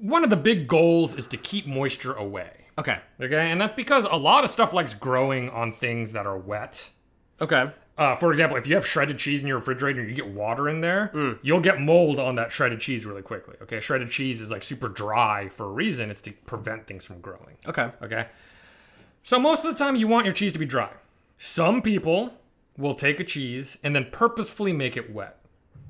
Speaker 7: one of the big goals is to keep moisture away.
Speaker 8: Okay,
Speaker 7: Okay. And that's because a lot of stuff likes growing on things that are wet.
Speaker 8: okay.
Speaker 7: Uh, for example, if you have shredded cheese in your refrigerator and you get water in there, you'll get mold on that shredded cheese really quickly. Okay. Shredded cheese is like super dry for a reason. It's to prevent things from growing.
Speaker 8: Okay.
Speaker 7: Okay. So most of the time, you want your cheese to be dry. Some people will take a cheese and then purposefully make it wet.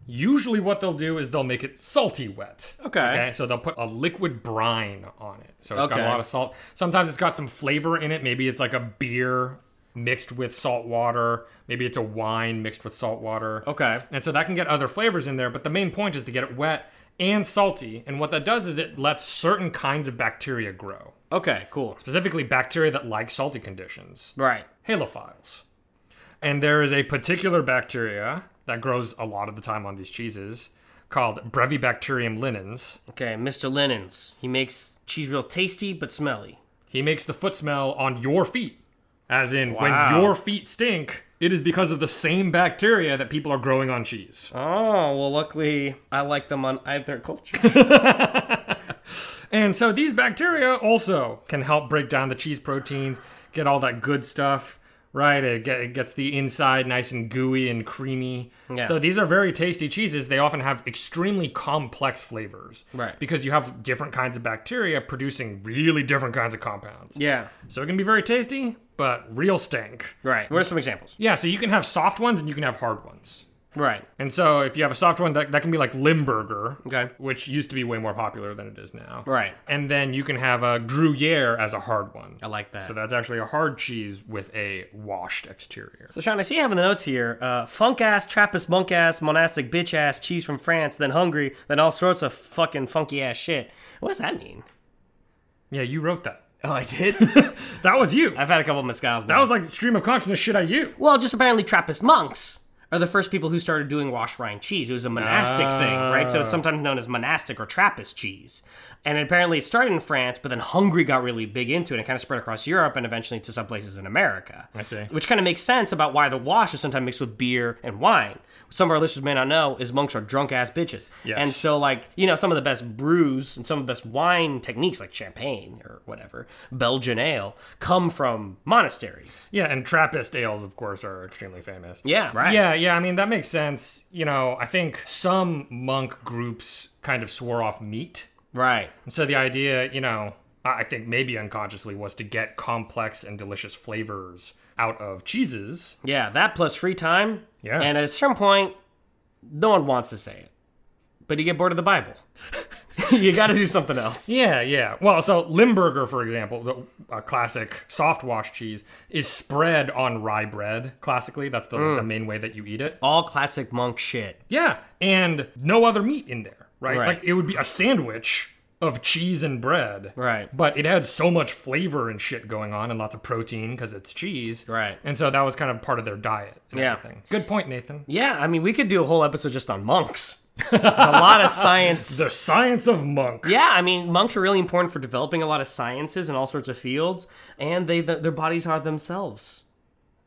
Speaker 7: Usually, what they'll do is they'll make it salty wet.
Speaker 8: Okay.
Speaker 7: So they'll put a liquid brine on it. So it's got
Speaker 8: Okay.
Speaker 7: a lot of salt. Sometimes it's got some flavor in it. Maybe it's like a beer mixed with salt water. Maybe it's a wine mixed with salt water.
Speaker 8: Okay.
Speaker 7: And so that can get other flavors in there, but the main point is to get it wet and salty. And what that does is it lets certain kinds of bacteria grow
Speaker 8: Okay, cool.
Speaker 7: specifically bacteria that like salty conditions,
Speaker 8: Right.
Speaker 7: halophiles. And there is a particular bacteria that grows a lot of the time on these cheeses called Brevibacterium linens.
Speaker 8: Okay, Mr. Lennon's. He makes cheese real tasty but smelly.
Speaker 7: He makes the foot smell on your feet. As in,
Speaker 8: Wow.
Speaker 7: when your feet stink, it is because of the same bacteria that people are growing on cheese.
Speaker 8: Oh, well, luckily I like them on either culture.
Speaker 7: And so these bacteria also can help break down the cheese proteins, get all that good stuff, right? It, get, it gets the inside nice and gooey and creamy.
Speaker 8: Yeah.
Speaker 7: So these are very tasty cheeses. They often have extremely complex flavors.
Speaker 8: Right.
Speaker 7: Because you have different kinds of bacteria producing really different kinds of compounds.
Speaker 8: yeah.
Speaker 7: So it can be very tasty, but real stink.
Speaker 8: Right. What are some examples?
Speaker 7: Yeah, so you can have soft ones and you can have hard ones.
Speaker 8: Right.
Speaker 7: And so if you have a soft one, that, that can be like Limburger,
Speaker 8: Okay.
Speaker 7: which used to be way more popular than it is now.
Speaker 8: Right.
Speaker 7: And then you can have a Gruyere as a hard one.
Speaker 8: I like that.
Speaker 7: So that's actually a hard cheese with a washed exterior.
Speaker 8: So, Sean, I see you have in the notes here uh, funk ass, Trappist monk ass, monastic bitch ass, cheese from France, then Hungary, then all sorts of fucking funky ass shit. What does that mean?
Speaker 7: Yeah, you wrote that.
Speaker 8: Oh, I did?
Speaker 7: That was you.
Speaker 8: I've had a couple of mezcals now.
Speaker 7: That was like stream of consciousness shit at you.
Speaker 8: well, just apparently Trappist monks are the first people who started doing washed rind cheese. It was a monastic thing, right?
Speaker 7: Ah.
Speaker 8: So it's sometimes known as monastic or Trappist cheese. And apparently it started in France, but then Hungary got really big into it and kind of spread across Europe and eventually to some places in America.
Speaker 7: see.
Speaker 8: Which kind of makes sense about why the wash is sometimes mixed with beer and wine. some of our listeners may not know is monks are drunk ass bitches.
Speaker 7: Yes.
Speaker 8: And so like, you know, some of the best brews and some of the best wine techniques like champagne or whatever, Belgian ale, come from monasteries.
Speaker 7: Yeah, and Trappist ales, of course, are extremely famous.
Speaker 8: Yeah, right.
Speaker 7: Yeah, yeah. I mean, that makes sense. You know, I think some monk groups kind of swore off meat.
Speaker 8: Right.
Speaker 7: And so the idea, you know, I I think maybe unconsciously was to get complex and delicious flavors out of cheeses.
Speaker 8: Yeah, that plus free time.
Speaker 7: Yeah.
Speaker 8: And at a certain point, no one wants to say it. But you get bored of the Bible. you got to do something else.
Speaker 7: Yeah, yeah. Well, so Limburger, for example, the, a classic soft wash cheese, is spread on rye bread. Classically, that's the, the main way that you eat it.
Speaker 8: All classic monk shit.
Speaker 7: Yeah, and no other meat in there, right?
Speaker 8: Right.
Speaker 7: Like it would be a sandwich of cheese and bread.
Speaker 8: Right.
Speaker 7: But it had so much flavor and shit going on and lots of protein because it's cheese.
Speaker 8: Right.
Speaker 7: And so that was kind of part of their diet and
Speaker 8: Yeah.
Speaker 7: everything. Good point, Nathan.
Speaker 8: Yeah, I mean, we could do a whole episode just on monks. There's a lot of science.
Speaker 7: The science of monk.
Speaker 8: Yeah, I mean, monks are really important for developing a lot of sciences and all sorts of fields, and they th their bodies are themselves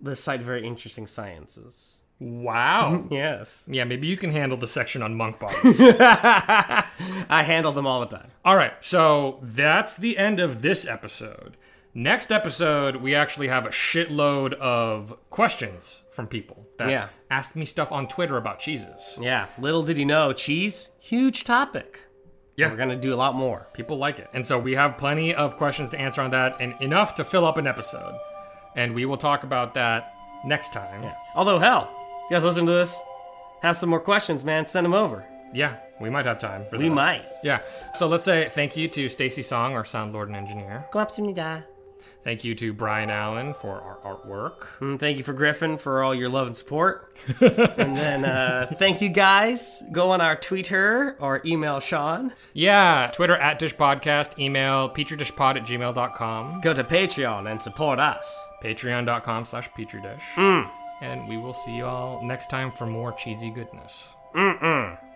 Speaker 8: the site of very interesting sciences.
Speaker 7: Wow.
Speaker 8: Yes,
Speaker 7: yeah, maybe you can handle the section on monk bodies.
Speaker 8: I handle them all the time.
Speaker 7: All right, so that's the end of this episode. Next episode, we actually have a shitload of questions from people that
Speaker 8: Yeah.
Speaker 7: asked me stuff on Twitter about cheeses.
Speaker 8: Yeah, little did you know, cheese huge topic.
Speaker 7: Yeah.
Speaker 8: we're gonna do a lot more.
Speaker 7: People like it. And so we have plenty of questions to answer on that and enough to fill up an episode. And we will talk about that next time.
Speaker 8: Yeah. Although, hell, you guys listen to this, have some more questions, man. Send them over.
Speaker 7: Yeah, we might have time for
Speaker 8: We
Speaker 7: that.
Speaker 8: might.
Speaker 7: Yeah. So let's say thank you to Stacy Song, our sound lord and engineer.
Speaker 8: Go up some guy.
Speaker 7: Thank you to Brian Allen for our artwork.
Speaker 8: And Hmm, thank you for Griffin for all your love and support. and then uh, thank you guys. Go on our Twitter or email Sean.
Speaker 7: Yeah, Twitter at Dish Podcast, email petridishpod at gmail.com,
Speaker 8: Go to Patreon and support us.
Speaker 7: patreon.com slash petridish. And we will see you all next time for more cheesy goodness.
Speaker 8: Mm-mm.